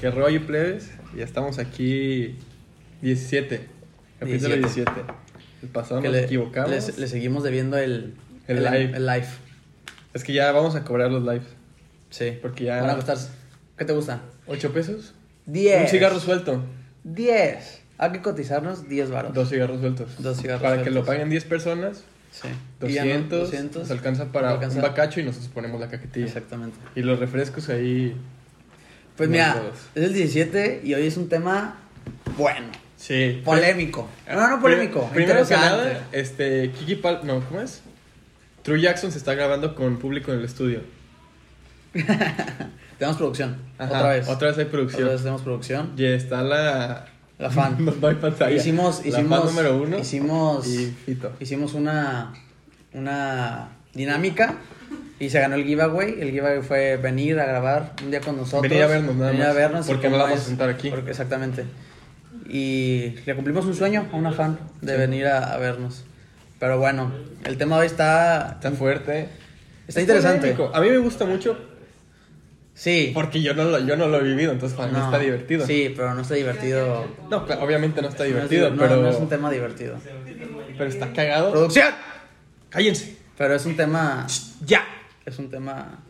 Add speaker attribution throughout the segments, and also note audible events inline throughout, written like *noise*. Speaker 1: Que rollo, plebes. Ya estamos aquí 17. Capítulo 17.
Speaker 2: 17.
Speaker 1: El pasado
Speaker 2: Que
Speaker 1: nos
Speaker 2: le,
Speaker 1: equivocamos.
Speaker 2: les- le seguimos debiendo el,
Speaker 1: El live.
Speaker 2: el live.
Speaker 1: Es que ya vamos a cobrar los lives.
Speaker 2: Sí.
Speaker 1: Porque ya-
Speaker 2: Van a costar. ¿Qué te gusta?
Speaker 1: ¿8 pesos?
Speaker 2: 10.
Speaker 1: Un cigarro suelto.
Speaker 2: 10. Hay que cotizarnos 10 varos.
Speaker 1: Dos cigarros sueltos.
Speaker 2: Dos cigarros
Speaker 1: Para que
Speaker 2: sueltos.
Speaker 1: lo paguen 10 personas.
Speaker 2: Sí. Y ya no,
Speaker 1: 200.
Speaker 2: 200.
Speaker 1: Nos alcanza para
Speaker 2: Alcanza.
Speaker 1: un bacacho y nosotros ponemos la cajetilla.
Speaker 2: Exactamente.
Speaker 1: Y los refrescos ahí.
Speaker 2: Pues
Speaker 1: Los
Speaker 2: mira,
Speaker 1: dos.
Speaker 2: es el 17 y hoy es un tema bueno,
Speaker 1: Sí.
Speaker 2: polémico. No, no polémico,
Speaker 1: Pri- Ah, Primero que
Speaker 2: interesante.
Speaker 1: nada, este, Kiki Pal... No, ¿cómo es? True Jackson se está grabando con público en el estudio.
Speaker 2: Tenemos producción.
Speaker 1: Ajá,
Speaker 2: otra vez.
Speaker 1: Otra vez hay producción.
Speaker 2: Otra vez tenemos producción.
Speaker 1: Y está la...
Speaker 2: La fan.
Speaker 1: *laughs* No, no hay pantalla.
Speaker 2: Hicimos,
Speaker 1: La fan
Speaker 2: hicimos,
Speaker 1: número uno.
Speaker 2: hicimos,
Speaker 1: Y Fito.
Speaker 2: hicimos una, una dinámica y se ganó el giveaway. El giveaway fue venir a grabar un día con nosotros.
Speaker 1: Venir a vernos, nada
Speaker 2: Venir
Speaker 1: más.
Speaker 2: a vernos. y
Speaker 1: Porque no
Speaker 2: como
Speaker 1: la vamos
Speaker 2: es-
Speaker 1: a sentar aquí.
Speaker 2: porque- exactamente. Y le cumplimos un sueño a una fan de venir a, a vernos. Pero bueno, el tema hoy está,
Speaker 1: Tan fuerte.
Speaker 2: está interesante.
Speaker 1: Polémico. A mí me gusta mucho
Speaker 2: Sí.
Speaker 1: porque yo no lo, yo no lo he vivido, entonces para mí
Speaker 2: No.
Speaker 1: está divertido.
Speaker 2: Sí, pero no está divertido.
Speaker 1: No, claro, obviamente no está divertido,
Speaker 2: No es- no,
Speaker 1: pero,
Speaker 2: no es un tema divertido.
Speaker 1: pero está cagado.
Speaker 2: ¡Producción!
Speaker 1: ¡Cállense!
Speaker 2: Pero es un tema.
Speaker 1: ¡Ya!
Speaker 2: Es un tema.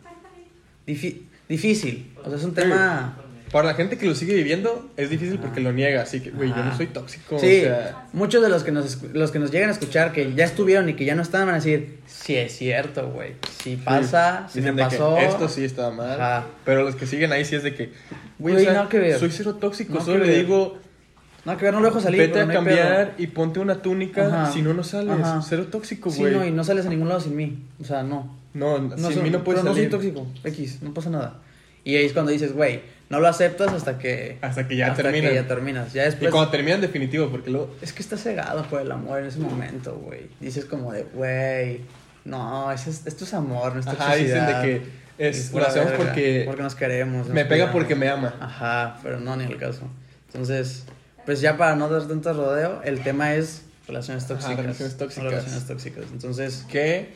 Speaker 2: difi- difícil. O sea, es un tema.
Speaker 1: Para la gente que lo sigue viviendo, es difícil porque lo niega, así que, güey, yo no
Speaker 2: Ajá.
Speaker 1: soy tóxico,
Speaker 2: Sí,
Speaker 1: o sea...
Speaker 2: muchos de los que, nos, escu- los que nos llegan a escuchar que ya estuvieron y que ya no están van a decir: Sí, es cierto, güey. Si pasa, si me
Speaker 1: dicen de que
Speaker 2: pasó.
Speaker 1: esto sí estaba mal,
Speaker 2: Ajá.
Speaker 1: pero los que siguen ahí sí es de que... Güey,
Speaker 2: Güey,
Speaker 1: o sea,
Speaker 2: nada que ver.
Speaker 1: soy cero tóxico,
Speaker 2: Nada
Speaker 1: solo
Speaker 2: que
Speaker 1: le
Speaker 2: ver.
Speaker 1: digo...
Speaker 2: No, que ver, no lo dejo salir.
Speaker 1: Vete
Speaker 2: pero
Speaker 1: a
Speaker 2: no hay
Speaker 1: cambiar
Speaker 2: pedo.
Speaker 1: y ponte una túnica,
Speaker 2: Ajá.
Speaker 1: si no, no sales.
Speaker 2: Ajá.
Speaker 1: Cero tóxico,
Speaker 2: Sí,
Speaker 1: güey.
Speaker 2: no, y no sales a ningún lado sin mí. O sea, no.
Speaker 1: no, sin
Speaker 2: soy-
Speaker 1: mí no puedes
Speaker 2: pero
Speaker 1: salir.
Speaker 2: no soy tóxico. X, no pasa nada. Y ahí es cuando dices, güey, no lo aceptas hasta que.
Speaker 1: Hasta que Ah, ya
Speaker 2: hasta
Speaker 1: terminan.
Speaker 2: que ya pues- terminas. Ya
Speaker 1: y
Speaker 2: después.
Speaker 1: cuando terminan definitivo, porque luego...
Speaker 2: Es que estás cegado por el amor en ese momento, güey. Dices como de, güey, no, ese es, esto es amor, no es
Speaker 1: Ajá, dicen
Speaker 2: toxicidad.
Speaker 1: de que es,
Speaker 2: pura
Speaker 1: lo hacemos
Speaker 2: verga,
Speaker 1: porque,
Speaker 2: Porque nos queremos. nos
Speaker 1: me pega
Speaker 2: cuidamos.
Speaker 1: porque me ama.
Speaker 2: Ajá, pero no, ni el caso. Entonces, pues ya para no dar tanto rodeo, el tema es relaciones tóxicas.
Speaker 1: relaciones tóxicas.
Speaker 2: Relaciones tóxicas. Entonces,
Speaker 1: Que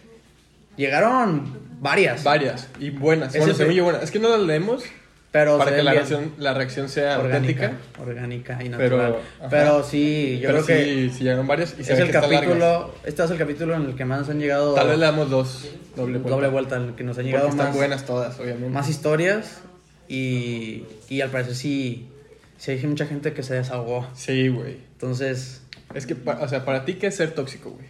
Speaker 2: llegaron varias.
Speaker 1: varias y buenas.
Speaker 2: Ese
Speaker 1: Bueno,
Speaker 2: es
Speaker 1: según
Speaker 2: el-
Speaker 1: yo buenas. Es que no las leemos
Speaker 2: pero
Speaker 1: para
Speaker 2: se
Speaker 1: que
Speaker 2: ven
Speaker 1: la
Speaker 2: bien.
Speaker 1: reacción, la reacción sea
Speaker 2: orgánica,
Speaker 1: auténtica.
Speaker 2: orgánica y
Speaker 1: Pero,
Speaker 2: natural.
Speaker 1: ajá.
Speaker 2: Pero, sí, yo
Speaker 1: pero
Speaker 2: creo que este
Speaker 1: sí, sí llegaron varias y se
Speaker 2: es
Speaker 1: ve
Speaker 2: el
Speaker 1: que está larga.
Speaker 2: capítulo, este es el capítulo en el que más han llegado
Speaker 1: Tal vez le damos dos. Doble vuelta.
Speaker 2: doble vuelta, en el que nos han
Speaker 1: Porque
Speaker 2: llegado
Speaker 1: están
Speaker 2: más,
Speaker 1: buenas todas, obviamente.
Speaker 2: más historias y, y al parecer sí, sí hay mucha gente que se desahogó.
Speaker 1: Sí, güey.
Speaker 2: Entonces,
Speaker 1: Es que, pa- o sea, para ti, ¿qué es ser tóxico, güey?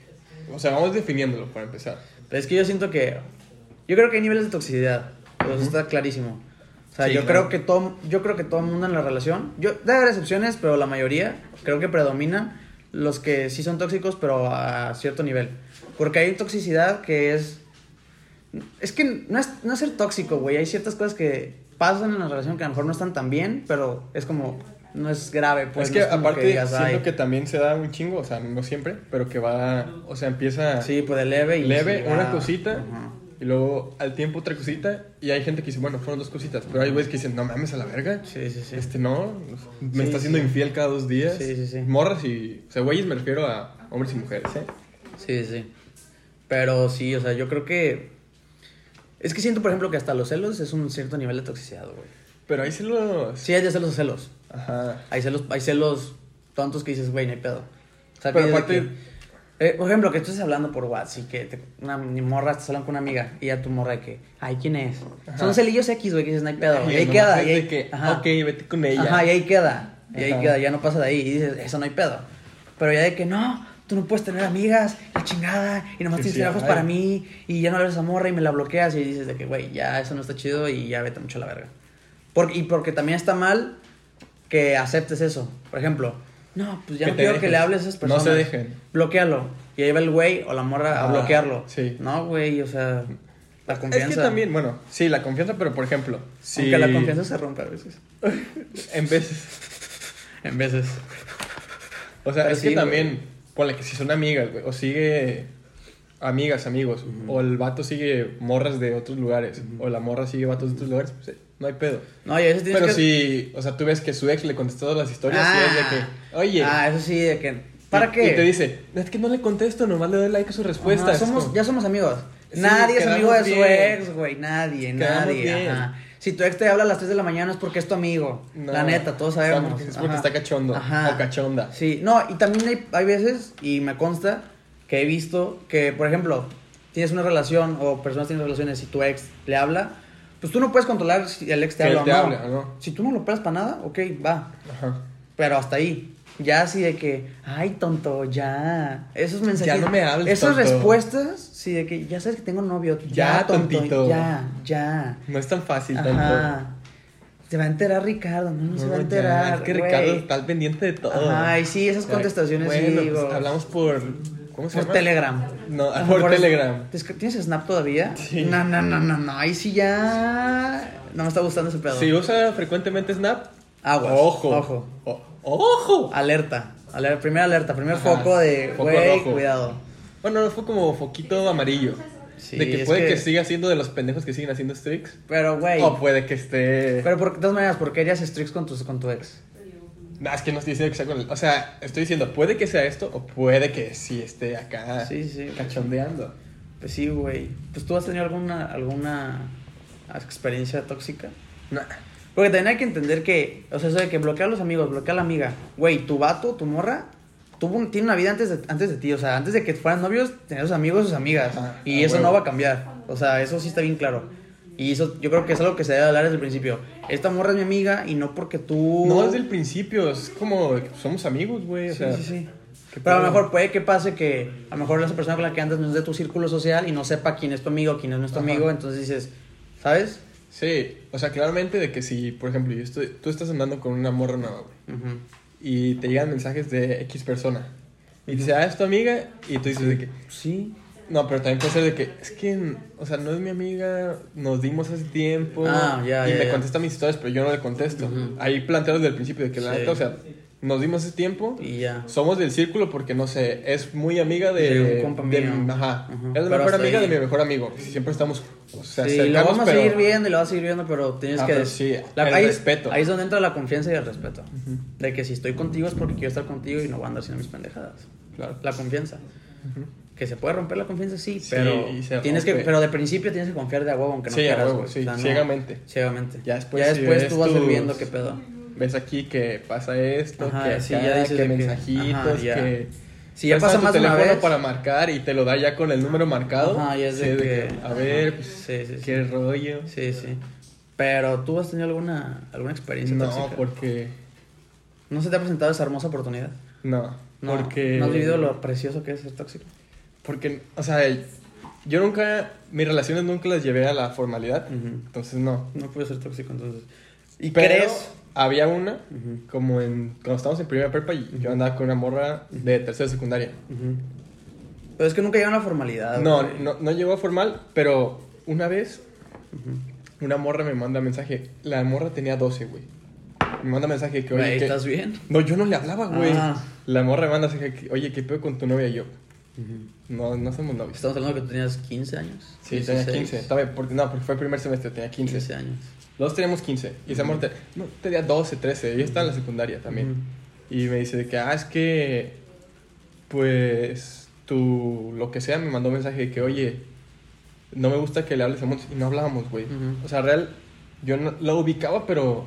Speaker 1: O sea, vamos definiéndolo para empezar.
Speaker 2: es que yo siento que, yo creo que hay niveles de toxicidad, pero eso está clarísimo. O sea,
Speaker 1: Sí,
Speaker 2: yo,
Speaker 1: claro.
Speaker 2: creo que todo, yo creo que todo el mundo en la relación, yo, debe haber excepciones, pero la mayoría creo que predominan los que sí son tóxicos, pero a cierto nivel. Porque hay toxicidad que es Es que no es, no es ser tóxico, güey. Hay ciertas cosas que pasan en la relación que a lo mejor no están tan bien, pero es como, no es grave, pues.
Speaker 1: es
Speaker 2: no
Speaker 1: que
Speaker 2: como
Speaker 1: aparte,
Speaker 2: digas,
Speaker 1: siento
Speaker 2: "Ay".
Speaker 1: que también se da un chingo, o sea, no siempre, pero que va, o sea, empieza
Speaker 2: Sí, pues de leve y.
Speaker 1: leve
Speaker 2: y
Speaker 1: una
Speaker 2: va.
Speaker 1: cosita
Speaker 2: Ajá.
Speaker 1: y luego al tiempo otra cosita. Y hay gente que dice, bueno, fueron dos cositas, pero hay güeyes que dicen, no mames a la verga.
Speaker 2: Sí, sí, sí.
Speaker 1: Este no, me
Speaker 2: Sí,
Speaker 1: está haciendo
Speaker 2: sí.
Speaker 1: infiel cada dos días.
Speaker 2: Sí, sí, sí.
Speaker 1: Morras y. O sea, güeyes me refiero a hombres y mujeres, ¿eh?
Speaker 2: Sí, sí. Pero sí, o sea, yo creo que. Es que siento, por ejemplo, que hasta los celos es un cierto nivel de toxicidad, güey.
Speaker 1: Pero ahí se los.
Speaker 2: Sí, hay de celos a celos.
Speaker 1: Ajá.
Speaker 2: Hay celos, hay celos tontos que dices, güey, no hay pedo. O sea,
Speaker 1: Pero
Speaker 2: que-
Speaker 1: aparte-
Speaker 2: que- eh, por ejemplo, que tú estés hablando por WhatsApp y que te- una ni morra estás hablando con una amiga y ya tu morra de que, ay, ¿quién es?
Speaker 1: Ajá.
Speaker 2: Son celillos X, güey, que dices, no hay pedo. Y, ahí
Speaker 1: nomás
Speaker 2: queda.
Speaker 1: es
Speaker 2: Y
Speaker 1: de
Speaker 2: ahí,
Speaker 1: que,
Speaker 2: ajá.
Speaker 1: ok, vete con ella.
Speaker 2: Ajá, y ahí queda. Y ahí
Speaker 1: Ajá.
Speaker 2: queda, ya no pasa de ahí. Y dices, eso no hay pedo. Pero ya de que no, tú no puedes tener amigas, la chingada, y nomás
Speaker 1: Sí,
Speaker 2: tienes
Speaker 1: sí,
Speaker 2: trabajos
Speaker 1: ay.
Speaker 2: para mí, y ya no le ves a morra y me la bloqueas, y dices de que, güey, ya eso no está chido y ya vete mucho a la verga. Por- y porque también está mal que aceptes eso. Por ejemplo, no, pues ya
Speaker 1: Que
Speaker 2: no
Speaker 1: te
Speaker 2: quiero que
Speaker 1: dejes.
Speaker 2: le hables a esas
Speaker 1: No
Speaker 2: personas.
Speaker 1: se dejen.
Speaker 2: Bloquealo. Y ahí va el güey o la morra a
Speaker 1: Ah,
Speaker 2: bloquearlo.
Speaker 1: sí.
Speaker 2: No, güey, o sea, la confianza.
Speaker 1: Es que también, bueno, sí, la confianza, pero por ejemplo, si.
Speaker 2: Aunque la confianza se rompe a veces.
Speaker 1: En veces.
Speaker 2: En veces.
Speaker 1: O sea,
Speaker 2: Pero
Speaker 1: es
Speaker 2: sí,
Speaker 1: que
Speaker 2: güey.
Speaker 1: también, ponle que si son amigas, güey, o sigue amigas, amigos, o el vato sigue morras de otros lugares, o la morra sigue vatos de otros lugares, pues, eh, no hay pedo.
Speaker 2: No, y a veces tienes
Speaker 1: Pero
Speaker 2: que...
Speaker 1: si, o sea, tú ves que su ex le contestó todas las historias, y es de que, oye.
Speaker 2: Ah, eso sí, de que. ¿Para
Speaker 1: y-
Speaker 2: qué?
Speaker 1: Y te dice, es que no le contesto, nomás le doy like a su respuesta.
Speaker 2: Ajá,
Speaker 1: Es
Speaker 2: somos,
Speaker 1: como-
Speaker 2: ya somos amigos.
Speaker 1: Sí,
Speaker 2: nadie es amigo de
Speaker 1: quedamos
Speaker 2: su
Speaker 1: bien.
Speaker 2: ex, güey. Nadie,
Speaker 1: Quedamos
Speaker 2: nadie.
Speaker 1: bien.
Speaker 2: Ajá. si tu ex te habla a las 3 de la mañana es porque es tu amigo.
Speaker 1: No.
Speaker 2: la neta, todos
Speaker 1: O sea,
Speaker 2: sabemos.
Speaker 1: porque- es porque
Speaker 2: Ajá.
Speaker 1: está cachondo o cachonda.
Speaker 2: Sí, no, y también hay, hay veces, y me consta, que he visto que, por ejemplo, tienes una relación o personas tienen relaciones y tu ex le habla, pues tú no puedes controlar si el ex te
Speaker 1: Que él
Speaker 2: habla
Speaker 1: te
Speaker 2: o no.
Speaker 1: hable o no.
Speaker 2: Si tú no lo operas para nada, ok, va.
Speaker 1: Ajá.
Speaker 2: Pero hasta ahí. Ya así de que, ay, tonto, ya. Esos mensajes.
Speaker 1: Ya no me hables,
Speaker 2: Esas
Speaker 1: tonto.
Speaker 2: respuestas, sí, de que ya sabes que tengo novio. Ya,
Speaker 1: Ya,
Speaker 2: tonto.
Speaker 1: tontito.
Speaker 2: Ya, ya.
Speaker 1: No es tan fácil tanto.
Speaker 2: Ajá. Se va a enterar Ricardo, no, no, se va a
Speaker 1: ya,
Speaker 2: enterar.
Speaker 1: es que
Speaker 2: güey.
Speaker 1: Ricardo está al pendiente de todo.
Speaker 2: Ay, sí, esas
Speaker 1: O sea,
Speaker 2: contestaciones sí,
Speaker 1: bueno,
Speaker 2: digo.
Speaker 1: pues, hablamos por. ¿Cómo se
Speaker 2: Por
Speaker 1: llama?
Speaker 2: Telegram.
Speaker 1: No,
Speaker 2: Ajá,
Speaker 1: por Telegram.
Speaker 2: ¿Tienes- ¿Tienes Snap todavía?
Speaker 1: Sí.
Speaker 2: No, no, no, no, no. Ahí sí ya. No me está gustando ese pedo.
Speaker 1: Si usa frecuentemente Snap,
Speaker 2: Aguas,
Speaker 1: ojo.
Speaker 2: ojo.
Speaker 1: O- ¡Ojo!
Speaker 2: Alerta. aler- primera alerta, primer
Speaker 1: Ajá,
Speaker 2: foco de.
Speaker 1: foco
Speaker 2: Güey,
Speaker 1: rojo.
Speaker 2: cuidado.
Speaker 1: Bueno, no fue como foquito amarillo.
Speaker 2: Sí,
Speaker 1: de que
Speaker 2: es
Speaker 1: puede que... pues.
Speaker 2: que-
Speaker 1: siga siendo de los pendejos que siguen haciendo streaks.
Speaker 2: Pero, güey.
Speaker 1: O puede que esté.
Speaker 2: Pero por, de todas maneras, ¿por qué harías streaks con tu, con tu ex?
Speaker 1: Nah, Ah, es que no estoy diciendo que sea con el- O sea, estoy diciendo, puede que sea esto o puede que sí esté acá
Speaker 2: Sí, sí.
Speaker 1: cachondeando.
Speaker 2: Pues sí, güey. Pues tú has tenido alguna, alguna experiencia tóxica.
Speaker 1: Nah.
Speaker 2: Porque también hay que entender que, o sea, eso de que bloquear a los amigos, bloquear a la amiga. Güey, tu vato, tu morra, tuvo un- tiene una vida antes de, antes de ti. O sea, antes de que fueran novios, tenía sus amigos y sus amigas.
Speaker 1: Ajá,
Speaker 2: y
Speaker 1: a
Speaker 2: eso no
Speaker 1: huevo.
Speaker 2: va a cambiar. O sea, eso sí está bien claro. Y eso yo creo que es algo que se debe hablar desde el principio. Esta morra es mi amiga y no porque tú...
Speaker 1: No desde el principio, es como somos amigos, güey. O
Speaker 2: Sí,
Speaker 1: sea,
Speaker 2: sí, sí.
Speaker 1: ¿qué
Speaker 2: Pero a lo
Speaker 1: pedo?
Speaker 2: mejor puede que pase que a lo mejor esa persona con la que andas no es de tu círculo social y no sepa quién es tu amigo, quién es nuestro
Speaker 1: Ajá.
Speaker 2: amigo, entonces dices, ¿sabes?
Speaker 1: Sí, o sea, claramente de que si, por ejemplo, yo estoy, tú estás andando con una morra nueva, güey,
Speaker 2: Ujú.
Speaker 1: y te llegan mensajes de X persona, y te dice, ah, es tu amiga, y tú dices de que,
Speaker 2: Sí.
Speaker 1: no, pero también puede ser de que, es que, o sea, no es mi amiga, nos dimos hace tiempo,
Speaker 2: Ah, ya,
Speaker 1: y
Speaker 2: ya,
Speaker 1: me
Speaker 2: ya.
Speaker 1: contesta mis historias, pero yo no le contesto.
Speaker 2: Ujú.
Speaker 1: Ahí planteo desde el principio de que, la
Speaker 2: Sí.
Speaker 1: neta, o sea, nos dimos hace tiempo,
Speaker 2: Y ya.
Speaker 1: somos del círculo porque, no sé, es muy amiga de...
Speaker 2: De un compa
Speaker 1: de-
Speaker 2: mío.
Speaker 1: Ajá,
Speaker 2: Ajá.
Speaker 1: es
Speaker 2: Pero
Speaker 1: la mejor
Speaker 2: hasta
Speaker 1: amiga
Speaker 2: ahí.
Speaker 1: de mi mejor amigo, siempre estamos, o sea,
Speaker 2: sí, lo
Speaker 1: cercanos,
Speaker 2: vamos a
Speaker 1: pero-
Speaker 2: seguir viendo y lo vas a seguir viendo, pero tienes
Speaker 1: Ah,
Speaker 2: que...
Speaker 1: pero sí,
Speaker 2: la-
Speaker 1: el
Speaker 2: ahí,
Speaker 1: respeto.
Speaker 2: Ahí es donde entra la confianza y el respeto. De que si estoy contigo es porque quiero estar contigo y no voy a andar haciendo mis pendejadas.
Speaker 1: Claro.
Speaker 2: La confianza. Que se puede romper la confianza, sí,
Speaker 1: Sí,
Speaker 2: pero
Speaker 1: y se
Speaker 2: tienes que
Speaker 1: rompe.
Speaker 2: pero de principio tienes que confiar de a huevo, aunque no
Speaker 1: Sí, a
Speaker 2: quieras.
Speaker 1: huevo,
Speaker 2: güey.
Speaker 1: sí,
Speaker 2: no-
Speaker 1: ciegamente.
Speaker 2: ciegamente.
Speaker 1: Ya después si ves
Speaker 2: tú vas a ir
Speaker 1: tus-
Speaker 2: viendo qué pedo.
Speaker 1: ves aquí que pasa esto,
Speaker 2: Ajá,
Speaker 1: que acá,
Speaker 2: sí, ya dices
Speaker 1: que
Speaker 2: de que-
Speaker 1: mensajitos,
Speaker 2: ajá, ya.
Speaker 1: que
Speaker 2: Si ya
Speaker 1: presta
Speaker 2: pasa
Speaker 1: tu
Speaker 2: más de una
Speaker 1: teléfono
Speaker 2: vez.
Speaker 1: para marcar y te lo da ya con el número marcado.
Speaker 2: Ajá, ya es
Speaker 1: sí,
Speaker 2: de
Speaker 1: que,
Speaker 2: que-
Speaker 1: a ver,
Speaker 2: ajá,
Speaker 1: pues,
Speaker 2: sí, sí, sí.
Speaker 1: qué rollo.
Speaker 2: Sí, sí. Pero tú has tenido alguna alguna experiencia
Speaker 1: no,
Speaker 2: tóxica?
Speaker 1: porque
Speaker 2: ¿No se te ha presentado esa hermosa oportunidad?
Speaker 1: no,
Speaker 2: No,
Speaker 1: porque
Speaker 2: no has vivido lo precioso que es ser tóxico.
Speaker 1: porque o sea, yo nunca mis relaciones nunca las llevé a la formalidad,
Speaker 2: Ujú.
Speaker 1: entonces no.
Speaker 2: No puede ser tóxico entonces.
Speaker 1: ¿Y
Speaker 2: crees?
Speaker 1: había una
Speaker 2: Ujú.
Speaker 1: como en cuando estábamos en primera prepa y yo andaba con una morra de tercera secundaria.
Speaker 2: Ujú. Pero es que nunca llega a una formalidad.
Speaker 1: No,
Speaker 2: güey.
Speaker 1: no, no llegó a formal, pero una vez una morra me manda mensaje. La morra tenía 12, güey. Me manda mensaje que, oye,
Speaker 2: Güey,
Speaker 1: que-
Speaker 2: ¿Estás bien?
Speaker 1: No, yo no le hablaba, güey.
Speaker 2: Ah.
Speaker 1: La morra me manda mensaje que, oye, ¿qué pedo con tu novia? Y yo, no, no somos novios.
Speaker 2: Estamos hablando que tú tenías 15 años.
Speaker 1: Sí,
Speaker 2: 16,
Speaker 1: tenía 15. Estaba- porque, no, porque fue el primer semestre, tenía 15.
Speaker 2: 15 años.
Speaker 1: Los teníamos 15. Y esa morra te- no, tenía 12, 13. Ella estaba en la secundaria también. Y me dice de que, ah, es que, pues, tú, lo que sea, me mandó un mensaje de que, oye, no me gusta que le hables a Montes. Y no hablábamos, güey.
Speaker 2: Ujú.
Speaker 1: O sea, real, yo no, la ubicaba, pero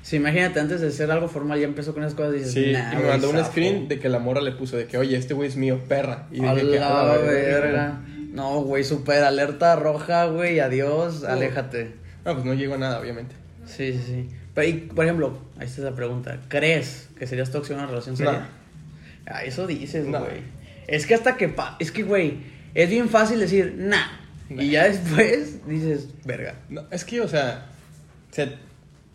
Speaker 2: Sí, imagínate, antes de ser algo formal ya empezó con esas cosas y dices,
Speaker 1: sí.
Speaker 2: nah,
Speaker 1: y me
Speaker 2: güey,
Speaker 1: mandó un
Speaker 2: zafo.
Speaker 1: screen de que la morra le puso de que, oye, este güey es mío, perra. Y
Speaker 2: A
Speaker 1: dije que,
Speaker 2: la
Speaker 1: "A la
Speaker 2: verga. No, güey, super alerta roja, güey, adiós, aléjate.
Speaker 1: No, pues no llegó a nada, obviamente.
Speaker 2: Sí, sí, sí. Pero, y, por ejemplo, ahí está la pregunta. ¿Crees que serías tóxico en una relación seria? Ah, eso dices, güey.
Speaker 1: No.
Speaker 2: Es que hasta que... pa- es que, güey, es bien fácil decir, nah.
Speaker 1: Nah.
Speaker 2: Y ya después dices, verga.
Speaker 1: No, es que, o sea, se-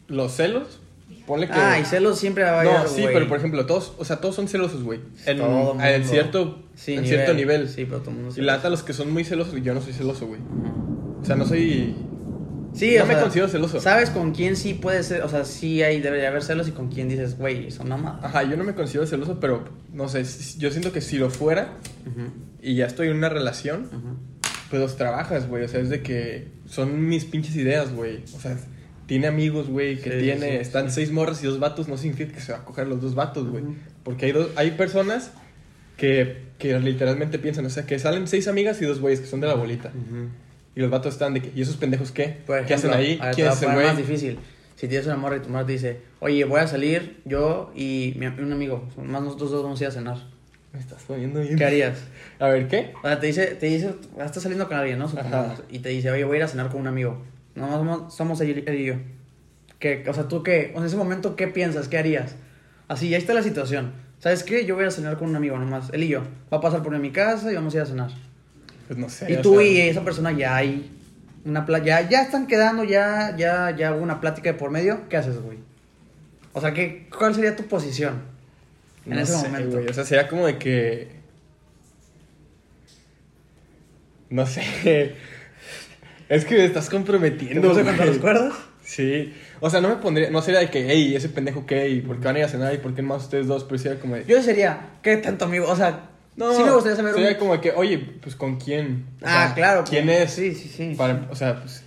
Speaker 1: los celos, ponle que...
Speaker 2: Ah, y celos siempre va a haber,
Speaker 1: No, sí,
Speaker 2: güey.
Speaker 1: pero por ejemplo, todos, o sea, todos son celosos, güey. En,
Speaker 2: Todo
Speaker 1: en
Speaker 2: mundo.
Speaker 1: cierto,
Speaker 2: Sí,
Speaker 1: en cierto nivel.
Speaker 2: Sí, pero todo el mundo
Speaker 1: Y la
Speaker 2: celoso.
Speaker 1: neta, los que son muy celosos, yo no soy celoso, güey.
Speaker 2: Ujú.
Speaker 1: O sea, no soy...
Speaker 2: Sí,
Speaker 1: No
Speaker 2: o
Speaker 1: me
Speaker 2: sea,
Speaker 1: considero celoso.
Speaker 2: ¿Sabes con quién sí puede ser? O sea, sí hay, debería haber celos y con quién dices, güey, son mamadas.
Speaker 1: Ajá, yo no me considero celoso, pero no sé, si- yo siento que si lo fuera
Speaker 2: Ujú,
Speaker 1: y ya estoy en una relación,
Speaker 2: ujú.
Speaker 1: pues los trabajas, güey. O sea, es de que son mis pinches ideas, güey. O sea, tiene amigos, güey, que
Speaker 2: Sí,
Speaker 1: tiene.
Speaker 2: sí,
Speaker 1: están seis morras y dos vatos. No significa que se va a coger los dos vatos, güey.
Speaker 2: Ujú.
Speaker 1: Porque hay, dos, hay personas que, que literalmente piensan, o sea, que salen seis amigas y dos güeyes que son de la bolita. Y los vatos están de que, ¿y esos pendejos qué?
Speaker 2: Por
Speaker 1: ¿Qué hacen
Speaker 2: ejemplo,
Speaker 1: ahí?
Speaker 2: a ver,
Speaker 1: ¿Quién
Speaker 2: te
Speaker 1: es ese
Speaker 2: voy a poner
Speaker 1: güey?
Speaker 2: más difícil. Si tienes una morra y tu morra te dice, oye, voy a salir yo y mi- un amigo, más nosotros dos vamos a ir a cenar.
Speaker 1: Me estás poniendo bien.
Speaker 2: ¿Qué harías?
Speaker 1: A ver, ¿qué?
Speaker 2: O sea, te dice, te dice, estás saliendo con alguien, ¿no? Supongamos.
Speaker 1: Ajá.
Speaker 2: Y te dice, oye, voy a ir a cenar con un amigo. No, somos, somos él, él y yo. Que, o sea, tú qué, o sea, en ese momento, ¿qué piensas? ¿Qué harías? Así, ahí está la situación. ¿Sabes qué? Yo voy a cenar con un amigo nomás, él y yo. Va a pasar por mi casa y vamos a ir a cenar.
Speaker 1: Pues no sé.
Speaker 2: Y
Speaker 1: o
Speaker 2: tú
Speaker 1: sea,
Speaker 2: y esa persona ya hay una pla- ya, ya están quedando, ya, ya, ya hubo una plática de por medio. ¿Qué haces, güey? O sea, ¿qué, ¿cuál sería tu posición? en
Speaker 1: no
Speaker 2: ese
Speaker 1: sé,
Speaker 2: momento.
Speaker 1: güey, O sea, sería como de que. No sé. *laughs* Es que me estás
Speaker 2: ¿Te
Speaker 1: comprometiendo.
Speaker 2: puse
Speaker 1: güey.
Speaker 2: contra los cuerdas?
Speaker 1: Sí. O sea, no me pondría. No sería de que, hey, ese pendejo qué, y por qué van a ir a cenar, y por qué más ustedes dos, pero sería como de.
Speaker 2: Yo sería, ¿qué tanto amigo? O sea,
Speaker 1: No,
Speaker 2: sí me gustaría saber.
Speaker 1: Sería
Speaker 2: un-
Speaker 1: como de que, oye, pues con quién. O
Speaker 2: ah,
Speaker 1: sea,
Speaker 2: claro.
Speaker 1: ¿Quién
Speaker 2: pues,
Speaker 1: es?
Speaker 2: Sí, sí, sí.
Speaker 1: Para- o sea, pues,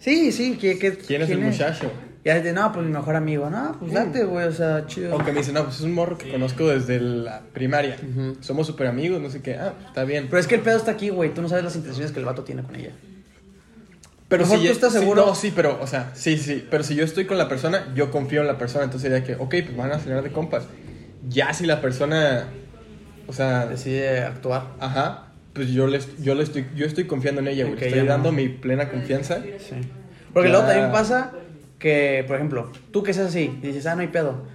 Speaker 2: Sí, sí, ¿qué, qué,
Speaker 1: ¿quién es el muchacho?
Speaker 2: Ya de, no, pues mi mejor amigo. No, pues date, güey, o sea, chido.
Speaker 1: O que me dicen, no, pues es un morro que conozco desde la primaria.
Speaker 2: Ujú.
Speaker 1: Somos súper amigos, no sé qué. Ah, pues, está bien.
Speaker 2: Pero es que el pedo está aquí, güey. Tú no sabes las intenciones que el vato tiene con ella.
Speaker 1: Pero
Speaker 2: Mejor
Speaker 1: si
Speaker 2: tú
Speaker 1: ya-
Speaker 2: estás
Speaker 1: sí,
Speaker 2: seguro.
Speaker 1: no, sí, pero, o sea, sí, sí. Pero si yo estoy con la persona, yo confío en la persona. Entonces sería que, ok, pues van a cenar de compas. Ya si la persona, o sea,
Speaker 2: Decide actuar.
Speaker 1: ajá, pues yo les, yo le estoy, yo estoy confiando en ella, güey.
Speaker 2: Ok,
Speaker 1: estoy
Speaker 2: ya
Speaker 1: dando
Speaker 2: no.
Speaker 1: mi plena confianza.
Speaker 2: Sí. Porque
Speaker 1: Ya.
Speaker 2: luego también pasa que, por ejemplo, tú que seas así, y dices, ah, no hay pedo.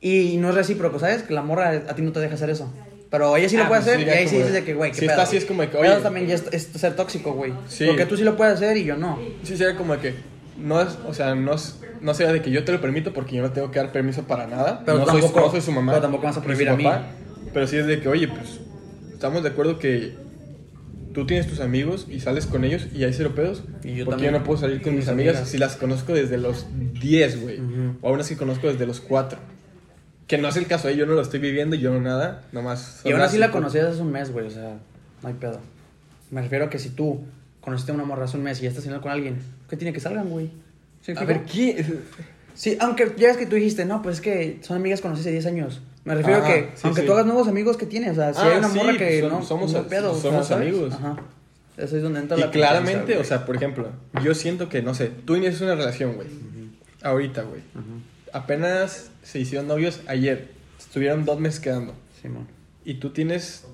Speaker 2: Y no es recíproco, ¿sabes? Que la morra a ti no te deja hacer eso. Pero ella sí lo
Speaker 1: Ah,
Speaker 2: puede
Speaker 1: pues sí,
Speaker 2: hacer y
Speaker 1: ya
Speaker 2: ahí sí
Speaker 1: como
Speaker 2: dices
Speaker 1: de-
Speaker 2: de que, güey, qué
Speaker 1: si está
Speaker 2: pedo.
Speaker 1: así es como de que,
Speaker 2: Pero
Speaker 1: oye.
Speaker 2: también ya es, es ser tóxico, güey.
Speaker 1: Sí.
Speaker 2: Porque tú sí lo puedes hacer y yo no.
Speaker 1: Sí, sería como de que, no es, o sea, no, es- no sería de que yo te lo permito porque yo no tengo que dar permiso para nada.
Speaker 2: Pero
Speaker 1: no, soy,
Speaker 2: tampoco-
Speaker 1: no soy su mamá.
Speaker 2: pero tampoco vas a
Speaker 1: ni su
Speaker 2: prohibir a mí.
Speaker 1: papá. Pero sí es de que, oye, pues, estamos de acuerdo que tú tienes tus amigos y sales con ellos y hay cero pedos.
Speaker 2: Y yo
Speaker 1: porque
Speaker 2: también.
Speaker 1: yo no puedo salir con
Speaker 2: Y
Speaker 1: mis
Speaker 2: mis
Speaker 1: amigas,
Speaker 2: amigas.
Speaker 1: si las conozco desde los 10, güey.
Speaker 2: Ujú.
Speaker 1: O aún así conozco desde los 4. Que no es el caso ahí, yo no lo estoy viviendo, yo no nada, nomás. son
Speaker 2: Y aún
Speaker 1: las
Speaker 2: así la
Speaker 1: circun-
Speaker 2: conocías hace un mes, güey, o sea, no hay pedo. Me refiero a que si tú conociste a una morra hace un mes y ya estás saliendo con alguien, ¿qué tiene que salgan, güey? ¿Sí me
Speaker 1: A ver,
Speaker 2: explico?
Speaker 1: ¿qué?
Speaker 2: Sí, aunque ya es que tú dijiste, no, pues es que son amigas conocidas hace 10 años. Me refiero
Speaker 1: Ajá,
Speaker 2: a que,
Speaker 1: sí,
Speaker 2: aunque
Speaker 1: sí.
Speaker 2: tú hagas nuevos amigos que tienes, o sea, si
Speaker 1: Ah,
Speaker 2: hay una
Speaker 1: sí,
Speaker 2: morra que
Speaker 1: pues, son-
Speaker 2: no,
Speaker 1: somos-
Speaker 2: no hay pedo, o sea,
Speaker 1: somos
Speaker 2: ¿sabes?
Speaker 1: amigos.
Speaker 2: Ajá. Eso es donde entra
Speaker 1: Y
Speaker 2: la confianza,
Speaker 1: claramente,
Speaker 2: güey.
Speaker 1: o sea, por ejemplo, yo siento que, no sé, tú inicias una relación, güey. Ahorita, güey.
Speaker 2: Ujú.
Speaker 1: Apenas se hicieron novios ayer. Estuvieron dos meses quedando.
Speaker 2: Simón.
Speaker 1: Y tú tienes.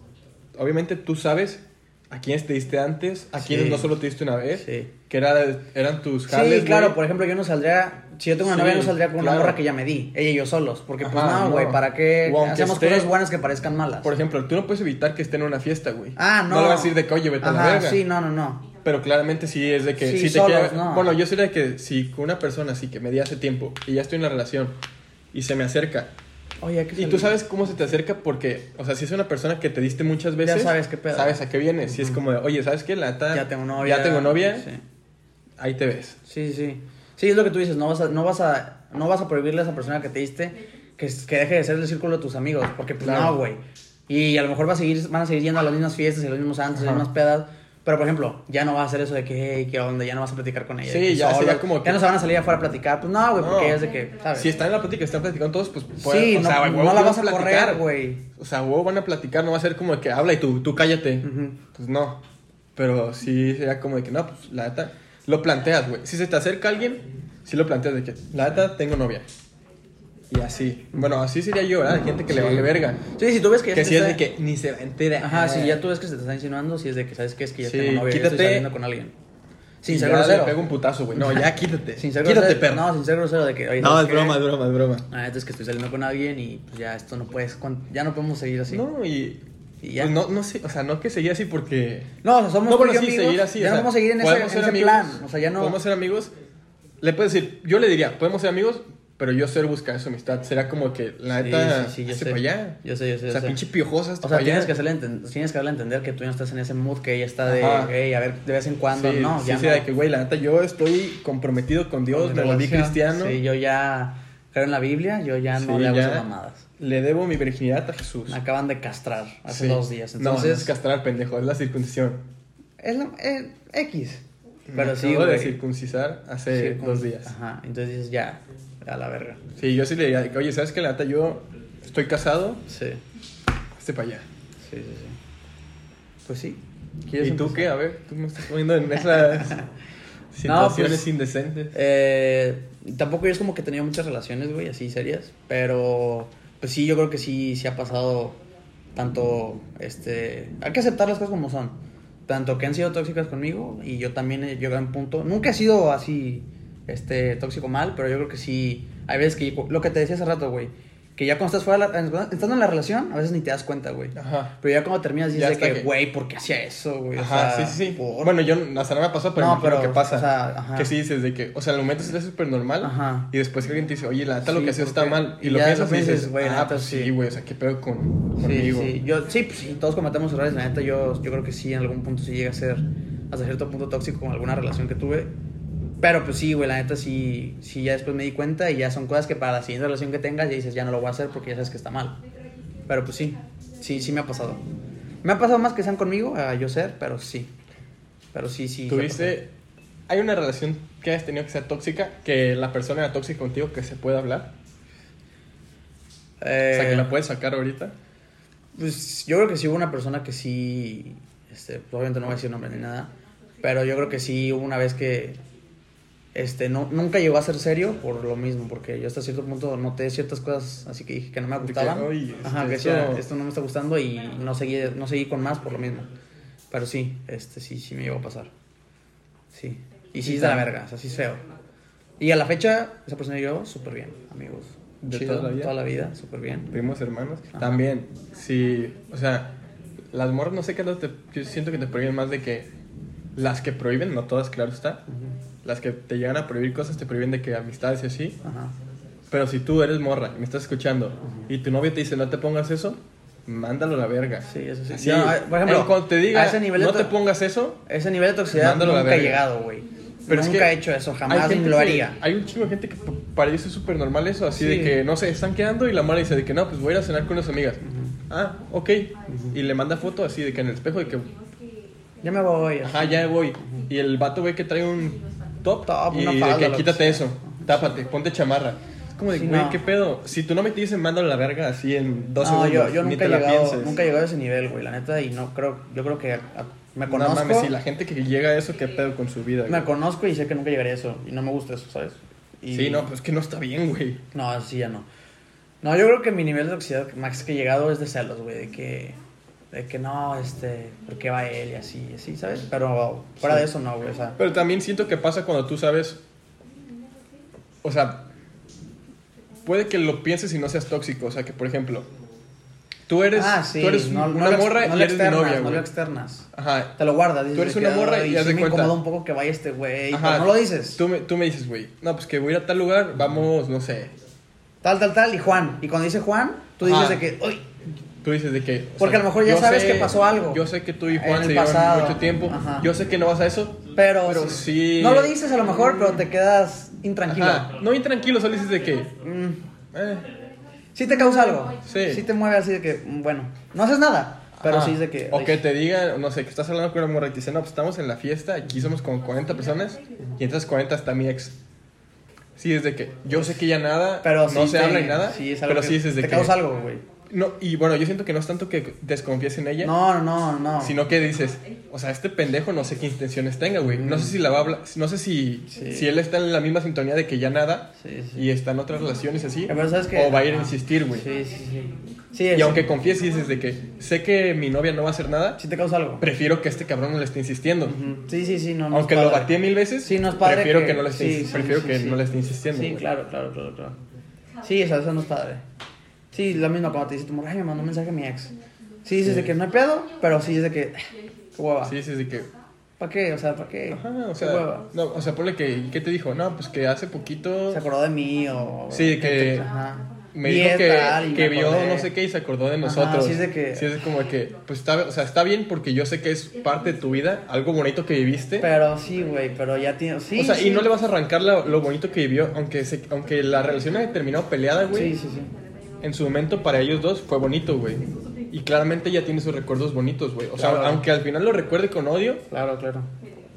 Speaker 1: Obviamente tú sabes a quiénes te diste antes, a
Speaker 2: Sí.
Speaker 1: quiénes no solo te diste una vez.
Speaker 2: Sí.
Speaker 1: Que era- eran tus
Speaker 2: Sí,
Speaker 1: jales.
Speaker 2: claro,
Speaker 1: güey.
Speaker 2: por ejemplo, yo no saldría, si yo tengo una
Speaker 1: Sí,
Speaker 2: novia, no saldría con una
Speaker 1: claro.
Speaker 2: morra que ya me di, ella y yo solos, porque pues
Speaker 1: Ajá,
Speaker 2: no, güey,
Speaker 1: no.
Speaker 2: ¿para qué
Speaker 1: O aunque
Speaker 2: hacemos
Speaker 1: esté-
Speaker 2: cosas buenas que parezcan malas?
Speaker 1: Por ejemplo, tú no puedes evitar que esté en una fiesta, güey.
Speaker 2: Ah, no.
Speaker 1: No le vas a decir de que, oye, vete a la
Speaker 2: Ajá,
Speaker 1: verga.
Speaker 2: sí, no, no, no.
Speaker 1: Pero claramente sí es de que
Speaker 2: Sí,
Speaker 1: si te
Speaker 2: solos,
Speaker 1: queda-
Speaker 2: no.
Speaker 1: Bueno, yo sería de que si con una persona así que me di hace tiempo y ya estoy en la relación y se me acerca
Speaker 2: Oye, ¿qué
Speaker 1: Y tú sabes cómo se te acerca porque, o sea, si es una persona que te diste muchas veces,
Speaker 2: Ya sabes qué pedo.
Speaker 1: sabes a qué vienes. Si es como de, oye, ¿sabes qué? La neta,
Speaker 2: Ya tengo novia.
Speaker 1: Ya tengo novia,
Speaker 2: Sí,
Speaker 1: ahí te ves.
Speaker 2: sí, sí. Sí, es lo que tú dices, no vas a, no vas a, no vas a prohibirle a esa persona que te diste que, que deje de ser el círculo de tus amigos, porque pues
Speaker 1: Claro.
Speaker 2: no, güey. Y a lo mejor va a seguir, van a seguir yendo a las mismas fiestas, a los mismos santos, a las
Speaker 1: Ajá.
Speaker 2: mismas pedas. Pero, por ejemplo, ya no va a hacer eso de que, hey, ¿qué onda? Ya no vas a platicar con ella.
Speaker 1: Sí,
Speaker 2: de que
Speaker 1: ya
Speaker 2: solo-
Speaker 1: sería como que-
Speaker 2: Ya no se van a salir afuera a platicar. Pues no, güey,
Speaker 1: No.
Speaker 2: porque es de que, ¿sabes?
Speaker 1: Si están en la plática, están platicando todos, pues pueden-
Speaker 2: sí,
Speaker 1: o
Speaker 2: no,
Speaker 1: sea, güey,
Speaker 2: no
Speaker 1: huevo,
Speaker 2: la
Speaker 1: van
Speaker 2: vas a
Speaker 1: platicar.
Speaker 2: correr, güey.
Speaker 1: O sea, huevo, van a platicar, no va a ser como de que habla y tú, tú cállate.
Speaker 2: Ujú.
Speaker 1: Pues no. Pero sí sería como de que, no, pues la neta, lo planteas, güey. Si se te acerca alguien, sí lo planteas de que, la neta, tengo novia. Y así. Bueno, así sería yo, ¿verdad? Hay gente que le
Speaker 2: Sí.
Speaker 1: vale verga.
Speaker 2: Sí, si tú ves que ya
Speaker 1: Que
Speaker 2: se
Speaker 1: si es de
Speaker 2: está-
Speaker 1: que ni se va a enterar.
Speaker 2: Ajá, si ya tú ves que se te está insinuando, si es de que sabes que es que ya
Speaker 1: Sí,
Speaker 2: tengo novia, ya
Speaker 1: quítate.
Speaker 2: estoy saliendo con alguien. Sin
Speaker 1: Y
Speaker 2: ser
Speaker 1: ya
Speaker 2: grosero.
Speaker 1: Le pego un putazo, güey. No, ya quítate.
Speaker 2: Sin ser
Speaker 1: quítate,
Speaker 2: grosero.
Speaker 1: perro.
Speaker 2: No, sin ser grosero de que, oye,
Speaker 1: No,
Speaker 2: ¿sabes
Speaker 1: es
Speaker 2: qué?
Speaker 1: broma, es broma, es broma.
Speaker 2: La neta es que estoy saliendo con alguien y pues ya esto no puedes, con- ya no podemos seguir así. No,
Speaker 1: No, y.
Speaker 2: Y ya.
Speaker 1: pues no, no sé, o sea, no que seguía así porque.
Speaker 2: o sea, somos
Speaker 1: no,
Speaker 2: tú y
Speaker 1: bueno,
Speaker 2: yo
Speaker 1: sí,
Speaker 2: amigos,
Speaker 1: seguir así.
Speaker 2: ya
Speaker 1: o
Speaker 2: no
Speaker 1: sea,
Speaker 2: vamos a seguir en ese,
Speaker 1: podemos
Speaker 2: en
Speaker 1: ser
Speaker 2: ese
Speaker 1: amigos,
Speaker 2: plan, o sea, ya no.
Speaker 1: Podemos ser amigos. Le puedes decir, yo le diría, podemos ser amigos, pero yo ser buscar su amistad. Será como que la
Speaker 2: Sí,
Speaker 1: neta.
Speaker 2: sí, sí, yo
Speaker 1: hazte
Speaker 2: sé.
Speaker 1: para allá.
Speaker 2: Yo sé, yo sé,
Speaker 1: O
Speaker 2: yo
Speaker 1: sea,
Speaker 2: sé.
Speaker 1: pinche piojosa.
Speaker 2: O sea, tienes que, hacerle enten- tienes que darle a entender que tú no estás en ese mood que ella está de,
Speaker 1: Ajá.
Speaker 2: hey, a ver, de vez en cuando,
Speaker 1: Sí,
Speaker 2: no,
Speaker 1: sí,
Speaker 2: ya
Speaker 1: sí,
Speaker 2: no.
Speaker 1: de que, güey, la neta, yo estoy comprometido con Dios,
Speaker 2: Con mi
Speaker 1: me volví
Speaker 2: relación.
Speaker 1: cristiano.
Speaker 2: Sí, yo ya creo en la Biblia, yo ya no
Speaker 1: Sí,
Speaker 2: le hago
Speaker 1: ya.
Speaker 2: esas mamadas.
Speaker 1: Le debo mi virginidad a Jesús.
Speaker 2: Me acaban de castrar hace
Speaker 1: Sí.
Speaker 2: dos días.
Speaker 1: No, no es
Speaker 2: Entonces,
Speaker 1: castrar, pendejo, es la circuncisión.
Speaker 2: es la- eh, X. Pero
Speaker 1: Me
Speaker 2: sí,
Speaker 1: acabo de
Speaker 2: güey.
Speaker 1: circuncisar hace
Speaker 2: Circun-
Speaker 1: dos días.
Speaker 2: Ajá, entonces dices ya, a la verga.
Speaker 1: Sí, yo sí le diría, oye, ¿sabes qué? La neta, yo estoy casado,
Speaker 2: Sí,
Speaker 1: este para allá.
Speaker 2: sí, sí, sí. Pues sí.
Speaker 1: ¿Y
Speaker 2: ¿Quieres
Speaker 1: tú
Speaker 2: empezar?
Speaker 1: qué? A ver, tú me estás poniendo en
Speaker 2: *laughs*
Speaker 1: esas situaciones
Speaker 2: pues,
Speaker 1: indecentes.
Speaker 2: Eh, tampoco yo es como que tenía muchas relaciones, güey, así serias. Pero, pues sí, yo creo que sí, sí ha pasado tanto, este... Hay que aceptar las cosas como son. Tanto que han sido tóxicas conmigo y yo también he llegado a un punto... Nunca he sido así, este, tóxico mal, pero yo creo que sí... Hay veces que... Lo que te decía hace rato, güey. Que ya cuando estás fuera de la- Estando en la relación, a veces ni te das cuenta, güey.
Speaker 1: Ajá.
Speaker 2: Pero ya cuando terminas
Speaker 1: Ya
Speaker 2: dices de
Speaker 1: hasta
Speaker 2: que,
Speaker 1: que-
Speaker 2: güey, ¿por qué hacía eso, güey? O
Speaker 1: Ajá,
Speaker 2: sea,
Speaker 1: sí, sí, sí.
Speaker 2: ¿por?
Speaker 1: Bueno, yo n- hasta no me pasó, pero
Speaker 2: No,
Speaker 1: no, pero
Speaker 2: pero,
Speaker 1: que pasa.
Speaker 2: o sea, ajá.
Speaker 1: Que sí dices de que, o sea, en el momento sí es súper normal.
Speaker 2: Ajá.
Speaker 1: Y después que alguien te dice, oye, la neta lo
Speaker 2: Sí,
Speaker 1: que haces
Speaker 2: ¿por
Speaker 1: está
Speaker 2: qué?
Speaker 1: mal. Y,
Speaker 2: Y
Speaker 1: lo
Speaker 2: ya
Speaker 1: piensas y
Speaker 2: después dices,
Speaker 1: dices,
Speaker 2: güey, la
Speaker 1: ah,
Speaker 2: neta
Speaker 1: pues sí,
Speaker 2: sí".
Speaker 1: güey, o sea, qué pedo con,
Speaker 2: Sí,
Speaker 1: conmigo.
Speaker 2: sí. Yo, sí, pues, sí, todos cometemos errores. La neta, yo, yo creo que sí, en algún punto sí llega a ser hasta cierto punto tóxico con alguna relación que tuve. Pero pues sí, güey, la neta sí, sí, ya después me di cuenta y ya son cosas que para la siguiente relación que tengas ya dices, ya no lo voy a hacer porque ya sabes que está mal. Pero pues sí, sí, sí me ha pasado. Me ha pasado más que sean conmigo, a yo ser, pero sí. Pero sí, sí. sí ha
Speaker 1: ¿Tuviste, hay una relación que has tenido que sea tóxica, que la persona era tóxica contigo, que se puede hablar?
Speaker 2: pasado.
Speaker 1: O sea, que
Speaker 2: Eh,
Speaker 1: la puedes sacar ahorita.
Speaker 2: Pues yo creo que sí hubo una persona que sí, este, pues, obviamente no voy a decir nombre ni nada, pero yo creo que sí hubo una vez que, este, no, nunca llegó a ser serio por lo mismo, porque yo hasta cierto punto noté ciertas cosas, así que dije que no me
Speaker 1: De que,
Speaker 2: gustaban,
Speaker 1: "Oye, es
Speaker 2: Ajá,
Speaker 1: que
Speaker 2: que
Speaker 1: esto-
Speaker 2: decía, esto no me está gustando y no seguí, no seguí con más por lo mismo, pero sí, este, sí, sí me llegó a pasar, sí, y sí es de la verga, o sea, sí es feo. Y a la fecha, esa persona y yo, súper bien, amigos.
Speaker 1: ¿De toda la vida?
Speaker 2: Toda la vida, súper bien.
Speaker 1: primos hermanos
Speaker 2: Ajá.
Speaker 1: también sí o sea las morras no sé qué tanto te- yo siento que te prohíben más de que las que prohíben no todas claro está las que te llegan a prohibir cosas te prohíben de que amistades y así
Speaker 2: Ajá.
Speaker 1: pero si tú eres morra y me estás escuchando y tu novio te dice no te pongas eso mándalo a la verga
Speaker 2: Sí, eso sí.
Speaker 1: Así,
Speaker 2: No, a- por ejemplo,
Speaker 1: en cuanto te
Speaker 2: a
Speaker 1: diga
Speaker 2: ese nivel de
Speaker 1: no
Speaker 2: to-
Speaker 1: te pongas eso
Speaker 2: Ese nivel de toxicidad
Speaker 1: Mándalo a la
Speaker 2: nunca he
Speaker 1: verga.
Speaker 2: llegado, güey.
Speaker 1: Pero
Speaker 2: nunca
Speaker 1: es que
Speaker 2: he hecho eso,
Speaker 1: hay
Speaker 2: jamás
Speaker 1: gente
Speaker 2: lo
Speaker 1: que-
Speaker 2: haría.
Speaker 1: hay un chingo de gente que p- para ellos es súper normal eso, así de
Speaker 2: Sí.
Speaker 1: que no sé, están quedando y la morra dice de que no, pues voy a ir a cenar con unas amigas. Ah, ok. Y le manda foto así de que en el espejo de que,
Speaker 2: Ya me voy.
Speaker 1: ajá, ya voy. Y el vato ve que trae un top,
Speaker 2: Top,
Speaker 1: y
Speaker 2: una
Speaker 1: de
Speaker 2: falda,
Speaker 1: que
Speaker 2: lo que
Speaker 1: quítate
Speaker 2: sea.
Speaker 1: eso, tápate, ponte chamarra. Es como de,
Speaker 2: Sí,
Speaker 1: güey,
Speaker 2: no.
Speaker 1: qué pedo. Si tú no me te dicen, mándalo a la verga así en dos
Speaker 2: no,
Speaker 1: segundos.
Speaker 2: yo, yo
Speaker 1: ni te
Speaker 2: nunca, he
Speaker 1: la
Speaker 2: llegado,
Speaker 1: pienses.
Speaker 2: nunca he llegado a ese nivel, güey, la neta. Y no creo, yo creo que a- a- me
Speaker 1: No
Speaker 2: conozco.
Speaker 1: mames, si la gente que llega a eso, qué pedo con su vida.
Speaker 2: me
Speaker 1: güey?
Speaker 2: conozco y sé que nunca llegaría a eso. Y no me gusta eso, ¿sabes? Y-
Speaker 1: Sí, no, pues que no está bien, güey.
Speaker 2: No, así ya no. No, yo creo que mi nivel de toxicidad max que he llegado es de celos, güey. De que, de que no, este, ¿por qué va él? Y así, y así, ¿sabes? Pero fuera
Speaker 1: Sí.
Speaker 2: de eso, no, güey. O sea,
Speaker 1: Pero también siento que pasa cuando tú sabes. O sea, puede que lo pienses y no seas tóxico. O sea, que por ejemplo, tú eres,
Speaker 2: ah, sí,
Speaker 1: tú eres
Speaker 2: no- no
Speaker 1: una
Speaker 2: lo ex-
Speaker 1: morra
Speaker 2: no
Speaker 1: y
Speaker 2: lo
Speaker 1: eres mi
Speaker 2: externas,
Speaker 1: novia,
Speaker 2: No
Speaker 1: güey.
Speaker 2: lo externas.
Speaker 1: Ajá.
Speaker 2: Te lo guardas. Dices
Speaker 1: Tú eres
Speaker 2: de
Speaker 1: una
Speaker 2: que,
Speaker 1: morra y
Speaker 2: "Ay,
Speaker 1: haz
Speaker 2: sí
Speaker 1: de
Speaker 2: me
Speaker 1: cuenta".
Speaker 2: incomoda un poco que vaya este güey.
Speaker 1: Ajá.
Speaker 2: pero No lo dices.
Speaker 1: Tú me, tú me dices, güey, no, pues que voy a ir a tal lugar, vamos, no sé.
Speaker 2: Tal, tal, tal. Y Juan. Y cuando dice Juan, tú dices
Speaker 1: Ajá.
Speaker 2: de que, uy,
Speaker 1: Tú dices de que. o
Speaker 2: Porque a lo mejor ya
Speaker 1: yo
Speaker 2: sabes que pasó algo.
Speaker 1: Yo sé que tú y
Speaker 2: En el
Speaker 1: Juan se llevan
Speaker 2: pasado.
Speaker 1: mucho tiempo.
Speaker 2: Ajá.
Speaker 1: Yo sé que no vas a eso.
Speaker 2: pero.
Speaker 1: Pero sí.
Speaker 2: No lo dices a lo mejor, pero te quedas intranquilo.
Speaker 1: Ajá. No, y tranquilo, solo dices de que.
Speaker 2: Mm,
Speaker 1: eh,
Speaker 2: Sí te causa algo.
Speaker 1: Sí.
Speaker 2: Sí te mueve así de que, mm, bueno, no haces nada. Pero
Speaker 1: Ajá.
Speaker 2: sí es de que.
Speaker 1: O
Speaker 2: ay,
Speaker 1: que te digan, no sé, que estás hablando con una morra y te dicen, no, pues estamos en la fiesta, aquí somos como 40 personas y entre esas 40 está mi ex. Sí, es de que yo sé que ya nada,
Speaker 2: Pero
Speaker 1: no
Speaker 2: sí
Speaker 1: se
Speaker 2: te-
Speaker 1: habla y nada,
Speaker 2: Sí, es algo
Speaker 1: pero
Speaker 2: que
Speaker 1: sí es de que...
Speaker 2: te causa algo, güey.
Speaker 1: No, y bueno, yo siento que no es tanto que desconfíes en ella,
Speaker 2: No, no, no, no.
Speaker 1: sino que dices, o sea, este pendejo no sé qué intenciones tenga, güey. No sé si la va a hablar, no sé si,
Speaker 2: Sí.
Speaker 1: si él está en la misma sintonía de que ya nada
Speaker 2: Sí, sí.
Speaker 1: y está en otras relaciones así,
Speaker 2: Pero sabes que-
Speaker 1: o va a ir a
Speaker 2: Ajá.
Speaker 1: insistir, güey.
Speaker 2: Sí, sí, sí. Sí,
Speaker 1: Y
Speaker 2: es-
Speaker 1: aunque confíes y dices de que sé que mi novia no va a hacer nada,
Speaker 2: Sí te causa algo.
Speaker 1: prefiero que este cabrón no le esté insistiendo.
Speaker 2: Ujú. Sí, sí, sí, no. no
Speaker 1: Aunque
Speaker 2: es
Speaker 1: lo
Speaker 2: padre.
Speaker 1: batí mil veces,
Speaker 2: Sí, no es padre.
Speaker 1: prefiero que, no le esté,
Speaker 2: sí,
Speaker 1: insi-
Speaker 2: sí,
Speaker 1: prefiero
Speaker 2: sí,
Speaker 1: que
Speaker 2: sí.
Speaker 1: no le esté insistiendo.
Speaker 2: Sí,
Speaker 1: güey.
Speaker 2: claro, claro, claro, claro. Sí, eso, eso no es padre. Sí, lo mismo cuando te dice tu morra, ay, me mandó un mensaje a mi ex. Sí, dices
Speaker 1: Sí.
Speaker 2: de que no hay pedo, pero sí es de que, qué hueva.
Speaker 1: Sí, sí, sí que.
Speaker 2: ¿Para qué? O sea, ¿para qué?
Speaker 1: Ajá, o
Speaker 2: Qué
Speaker 1: sea,
Speaker 2: hueva.
Speaker 1: no, o sea, ponle que. ¿Qué te dijo? No, pues que hace poquito
Speaker 2: Se acordó de mí o.
Speaker 1: Sí, que-
Speaker 2: Ajá.
Speaker 1: me
Speaker 2: Vi
Speaker 1: dijo
Speaker 2: esta, tal, y
Speaker 1: que, que
Speaker 2: me
Speaker 1: vio
Speaker 2: acordé.
Speaker 1: no sé qué y se acordó de
Speaker 2: Ajá,
Speaker 1: nosotros.
Speaker 2: sí es de que-
Speaker 1: Sí, es como que. Pues está, o sea, está bien porque yo sé que es parte de tu vida, algo bonito que viviste.
Speaker 2: Pero sí, güey, pero ya tiene. Sí,
Speaker 1: o sea,
Speaker 2: sí.
Speaker 1: y no le vas a arrancar la- lo bonito que vivió, aunque, se, aunque la relación haya terminado peleada, güey.
Speaker 2: Sí, sí, sí.
Speaker 1: en su momento para ellos dos fue bonito, güey. Y claramente ella tiene sus recuerdos bonitos, güey. O sea,
Speaker 2: Claro.
Speaker 1: aunque al final lo recuerde con odio,
Speaker 2: Claro, claro.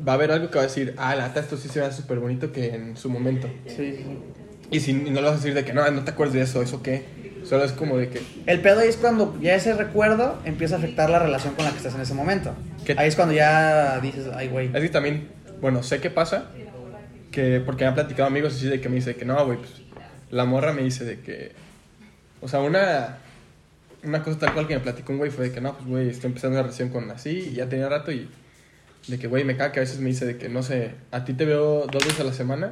Speaker 1: va a haber algo que va a decir, ah, la neta, esto sí se ve súper bonito que en su momento.
Speaker 2: Sí, sí.
Speaker 1: Y si y no le vas a decir de que no, no te acuerdas de eso, ¿eso qué? Solo es como de que,
Speaker 2: El pedo ahí es cuando ya ese recuerdo empieza a afectar la relación con la que estás en ese momento.
Speaker 1: ¿Qué?
Speaker 2: Ahí es cuando ya dices, ay, güey.
Speaker 1: Así también, bueno, sé qué pasa, que porque me han platicado amigos así de que me dice que no, güey, pues la morra me dice de que, o sea, una, una cosa tal cual que me platicó un güey fue de que no, pues güey, estoy empezando una relación con así, y ya tenía rato y de que, güey, me caga que a veces me dice de que, no sé, a ti te veo dos veces a la semana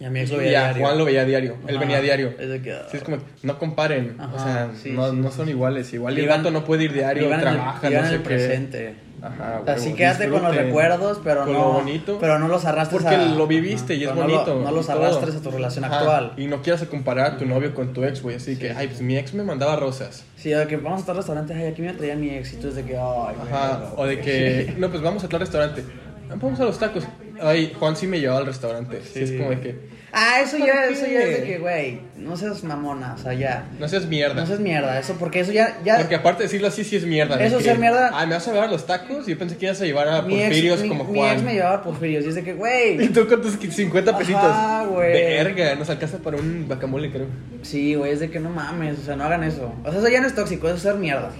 Speaker 2: Y a mí eso
Speaker 1: y a Juan lo veía diario, él
Speaker 2: Ajá.
Speaker 1: venía diario.
Speaker 2: Es de que,
Speaker 1: Sí, es como, no comparen, o
Speaker 2: Ajá,
Speaker 1: sea,
Speaker 2: sí,
Speaker 1: no,
Speaker 2: sí,
Speaker 1: no
Speaker 2: sí,
Speaker 1: son
Speaker 2: sí.
Speaker 1: iguales, igual el
Speaker 2: Vivan-
Speaker 1: vato no puede ir diario,
Speaker 2: vivan en el-
Speaker 1: trabaja,
Speaker 2: vivan
Speaker 1: no
Speaker 2: en
Speaker 1: sé
Speaker 2: ah, el
Speaker 1: qué.
Speaker 2: presente.
Speaker 1: Ajá,
Speaker 2: Así
Speaker 1: huevo,
Speaker 2: quédate con los
Speaker 1: disfruten.
Speaker 2: recuerdos, pero
Speaker 1: con
Speaker 2: no.
Speaker 1: lo bonito.
Speaker 2: Pero no los arrastres
Speaker 1: Porque
Speaker 2: a-
Speaker 1: lo viviste
Speaker 2: Ajá,
Speaker 1: y es
Speaker 2: pero no lo-
Speaker 1: bonito.
Speaker 2: No, los
Speaker 1: y todo.
Speaker 2: arrastres a tu relación
Speaker 1: Ajá,
Speaker 2: actual.
Speaker 1: Y no quieras comparar a tu novio con tu ex, güey. Así que, ay, pues mi ex me mandaba rosas.
Speaker 2: Sí, de que vamos a estar restaurantes, ay, aquí me traía mi éxito, es de que, ay, güey,
Speaker 1: Ajá.
Speaker 2: no.
Speaker 1: O de que, no, pues vamos a tal restaurante. "Ah, Vamos a los tacos. Ay, Juan sí me llevaba al restaurante. Sí, es como de que,
Speaker 2: Ah, eso
Speaker 1: ¿Para
Speaker 2: ya,
Speaker 1: qué?
Speaker 2: eso ya es de que, güey, no seas mamona, o sea, ya.
Speaker 1: no seas mierda.
Speaker 2: No seas mierda, eso, porque eso ya, ya.
Speaker 1: Porque aparte de decirlo así, sí es mierda. de
Speaker 2: Eso
Speaker 1: que,
Speaker 2: ser mierda.
Speaker 1: Ay, ¿me vas a llevar a los tacos? Y Yo pensé que ibas a llevar a
Speaker 2: mi ex-
Speaker 1: Porfirios
Speaker 2: mi-
Speaker 1: como
Speaker 2: mi
Speaker 1: Juan.
Speaker 2: ex me llevaba Porfirios, y es de que,
Speaker 1: *laughs* Y
Speaker 2: güey.
Speaker 1: tú con tus 50 pesitos.
Speaker 2: Ajá, güey.
Speaker 1: Verga, nos alcanza para un guacamole, creo.
Speaker 2: Sí, güey, es de que no mames, o sea, no hagan eso. O sea, eso ya no es tóxico, eso es ser mierda.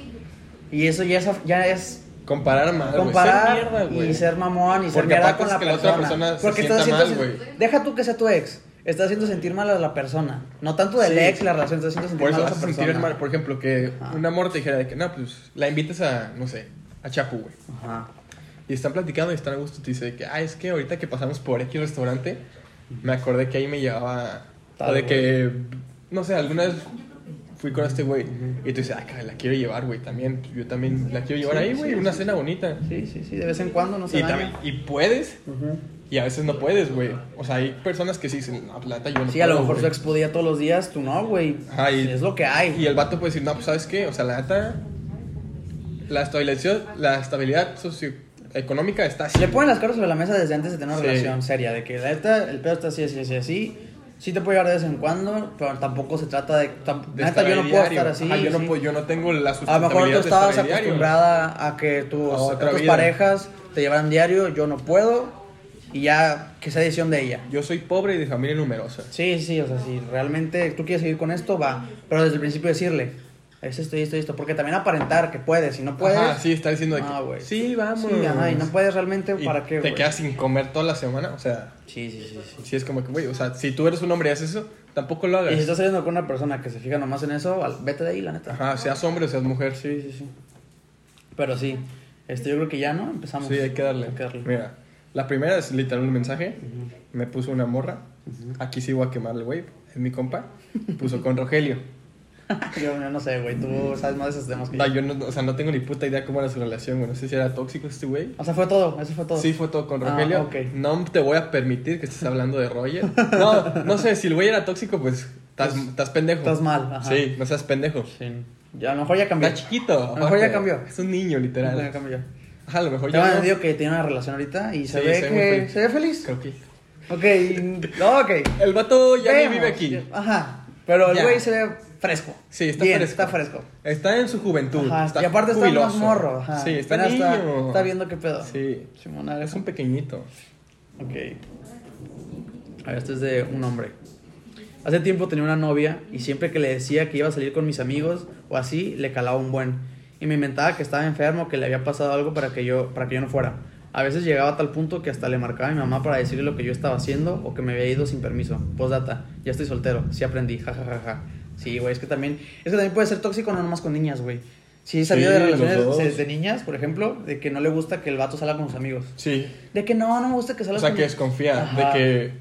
Speaker 2: Y eso ya es, ya es
Speaker 1: Comparar mal, güey.
Speaker 2: comparar
Speaker 1: Ser mierda, güey.
Speaker 2: y ser mamón y ser
Speaker 1: Porque
Speaker 2: mierda
Speaker 1: aparte
Speaker 2: con
Speaker 1: es
Speaker 2: la
Speaker 1: que la
Speaker 2: persona.
Speaker 1: otra persona se
Speaker 2: Porque
Speaker 1: sienta
Speaker 2: haciendo,
Speaker 1: mal, güey.
Speaker 2: deja tú que sea tu ex, estás haciendo sentir mal a la persona, no tanto del
Speaker 1: Sí.
Speaker 2: ex la relación, estás haciendo sentir
Speaker 1: Por
Speaker 2: mal
Speaker 1: eso
Speaker 2: a
Speaker 1: vas a
Speaker 2: esa
Speaker 1: sentir
Speaker 2: persona.
Speaker 1: mal, por ejemplo, que
Speaker 2: Ajá.
Speaker 1: un amor te dijera de que, no, pues la invites a, no sé, a Chapu, güey.
Speaker 2: Ajá.
Speaker 1: Y están platicando y están a gusto. Te dice de que, ah, es que ahorita que pasamos por X restaurante, me acordé que ahí me llevaba.
Speaker 2: Tal,
Speaker 1: o de
Speaker 2: güey.
Speaker 1: que, no sé, alguna vez fui con este güey. Y tú dices, ah, cabrón, la quiero llevar, güey, también. pues, Yo también la quiero llevar
Speaker 2: Sí,
Speaker 1: ahí, güey,
Speaker 2: sí,
Speaker 1: una
Speaker 2: sí,
Speaker 1: cena bonita.
Speaker 2: Sí, sí, sí, de vez en cuando no se
Speaker 1: Y, también,
Speaker 2: daña.
Speaker 1: y puedes,
Speaker 2: Ujú.
Speaker 1: y a veces no puedes, güey. O sea, hay personas que sí dicen, no, pues, la neta, yo no
Speaker 2: Sí, a lo
Speaker 1: puedo,
Speaker 2: mejor su
Speaker 1: güey".
Speaker 2: ex podía todos los días, tú no, güey.
Speaker 1: Ajá, y-
Speaker 2: Es lo que hay.
Speaker 1: Y el vato puede decir, no, pues sabes qué, o sea, la neta, la estabilidad, la estabilidad socioeconómica está así.
Speaker 2: Le ponen las cartas sobre la mesa desde antes de tener una
Speaker 1: Sí.
Speaker 2: relación seria, de que la neta, el pedo está así, así, así, así. Sí te puede llevar de vez en cuando, pero tampoco se trata de... tam-
Speaker 1: de
Speaker 2: neta,
Speaker 1: estar
Speaker 2: yo
Speaker 1: ahí
Speaker 2: no puedo
Speaker 1: diario.
Speaker 2: estar así.
Speaker 1: Ajá, yo, no
Speaker 2: sí.
Speaker 1: puedo- yo no tengo la
Speaker 2: A
Speaker 1: sustentabilidad
Speaker 2: lo mejor tú
Speaker 1: de estar
Speaker 2: estabas
Speaker 1: ahí diario.
Speaker 2: acostumbrada a que tus,
Speaker 1: A otra
Speaker 2: a tus
Speaker 1: vida.
Speaker 2: parejas te llevaran diario, yo no puedo, y ya que sea decisión de ella.
Speaker 1: Yo soy pobre y de familia numerosa.
Speaker 2: Sí, sí, o sea, si realmente tú quieres seguir con esto, va. Pero desde el principio decirle, es esto y esto y esto, porque también aparentar que puedes, si no puedes...
Speaker 1: Ajá, sí, está diciendo de que,
Speaker 2: Ah, güey.
Speaker 1: sí, vamos.
Speaker 2: Sí, ajá, y no puedes realmente,
Speaker 1: Y
Speaker 2: ¿para qué,
Speaker 1: Te
Speaker 2: güey?
Speaker 1: quedas sin comer toda la semana, o sea,
Speaker 2: Sí, sí, sí, sí.
Speaker 1: sí es como que, güey, o sea, si tú eres un hombre y haces eso, tampoco lo
Speaker 2: Y si
Speaker 1: hagas.
Speaker 2: estás saliendo con una persona que se fija nomás en eso, al- vete de ahí, la neta.
Speaker 1: Ajá, seas hombre o seas mujer, sí.
Speaker 2: Sí, sí, sí. Pero sí, este, yo creo que ya, ¿no? Empezamos.
Speaker 1: Sí, hay que darle. Mira, la primera es literal un mensaje. Me puso una morra. Aquí sí voy a quemar el güey. Es mi compa. Puso con Rogelio.
Speaker 2: *laughs* Yo, yo no sé, güey, tú sabes más de esos temas que
Speaker 1: No,
Speaker 2: yo.
Speaker 1: yo no, o sea, no tengo ni puta idea cómo era su relación, güey. No sé si era tóxico este güey.
Speaker 2: O sea, fue todo, eso fue todo.
Speaker 1: Sí, fue todo con
Speaker 2: Ah,
Speaker 1: Rogelio.
Speaker 2: ok.
Speaker 1: No te voy a permitir que estés hablando de Roger. No, no sé, si el güey era tóxico, pues estás, estás pendejo.
Speaker 2: Estás mal, ajá.
Speaker 1: Sí, no seas pendejo.
Speaker 2: Sí. Ya, a lo mejor ya cambió.
Speaker 1: Está chiquito.
Speaker 2: A lo mejor
Speaker 1: aparte.
Speaker 2: ya cambió.
Speaker 1: Es un niño,
Speaker 2: Ya
Speaker 1: literal.
Speaker 2: cambió.
Speaker 1: Ajá, a lo mejor
Speaker 2: Ya me
Speaker 1: ya.
Speaker 2: han
Speaker 1: no.
Speaker 2: dicho que tiene una relación ahorita y se
Speaker 1: Sí,
Speaker 2: ve
Speaker 1: se ve muy
Speaker 2: que
Speaker 1: feliz.
Speaker 2: se ve feliz.
Speaker 1: Creo que-
Speaker 2: Ok, y- no, ok.
Speaker 1: El vato ya ni
Speaker 2: Vemos.
Speaker 1: vive aquí.
Speaker 2: Ajá. Pero el
Speaker 1: Ya.
Speaker 2: güey se ve fresco.
Speaker 1: Sí, está
Speaker 2: Bien,
Speaker 1: fresco.
Speaker 2: Está fresco.
Speaker 1: Está en su juventud.
Speaker 2: Ajá,
Speaker 1: está
Speaker 2: y aparte está más
Speaker 1: jubiloso.
Speaker 2: morro. Ajá.
Speaker 1: Sí, está
Speaker 2: Apenas
Speaker 1: niño.
Speaker 2: Está, está viendo qué pedo.
Speaker 1: Sí.
Speaker 2: Simona,
Speaker 1: Es un pequeñito.
Speaker 2: Ok. A ver, esto es de un hombre. Hace tiempo tenía una novia y siempre que le decía que iba a salir con mis amigos o así, le calaba un buen. Y me inventaba que estaba enfermo, que le había pasado algo para que yo, para que yo no fuera. A veces llegaba a tal punto que hasta le marcaba a mi mamá para decirle lo que yo estaba haciendo o que me había ido sin permiso. Postdata, ya estoy soltero, sí aprendí, jajajaja. Sí, güey, es que también, es que también puede ser tóxico no nomás con niñas, güey. Sí, he sabido
Speaker 1: Sí,
Speaker 2: de
Speaker 1: los
Speaker 2: relaciones
Speaker 1: dos.
Speaker 2: desde niñas, por ejemplo, de que no le gusta que el vato salga con sus amigos.
Speaker 1: Sí.
Speaker 2: De que no, no me gusta que
Speaker 1: O
Speaker 2: salgas
Speaker 1: sea,
Speaker 2: con-
Speaker 1: que desconfía
Speaker 2: Ajá.
Speaker 1: de que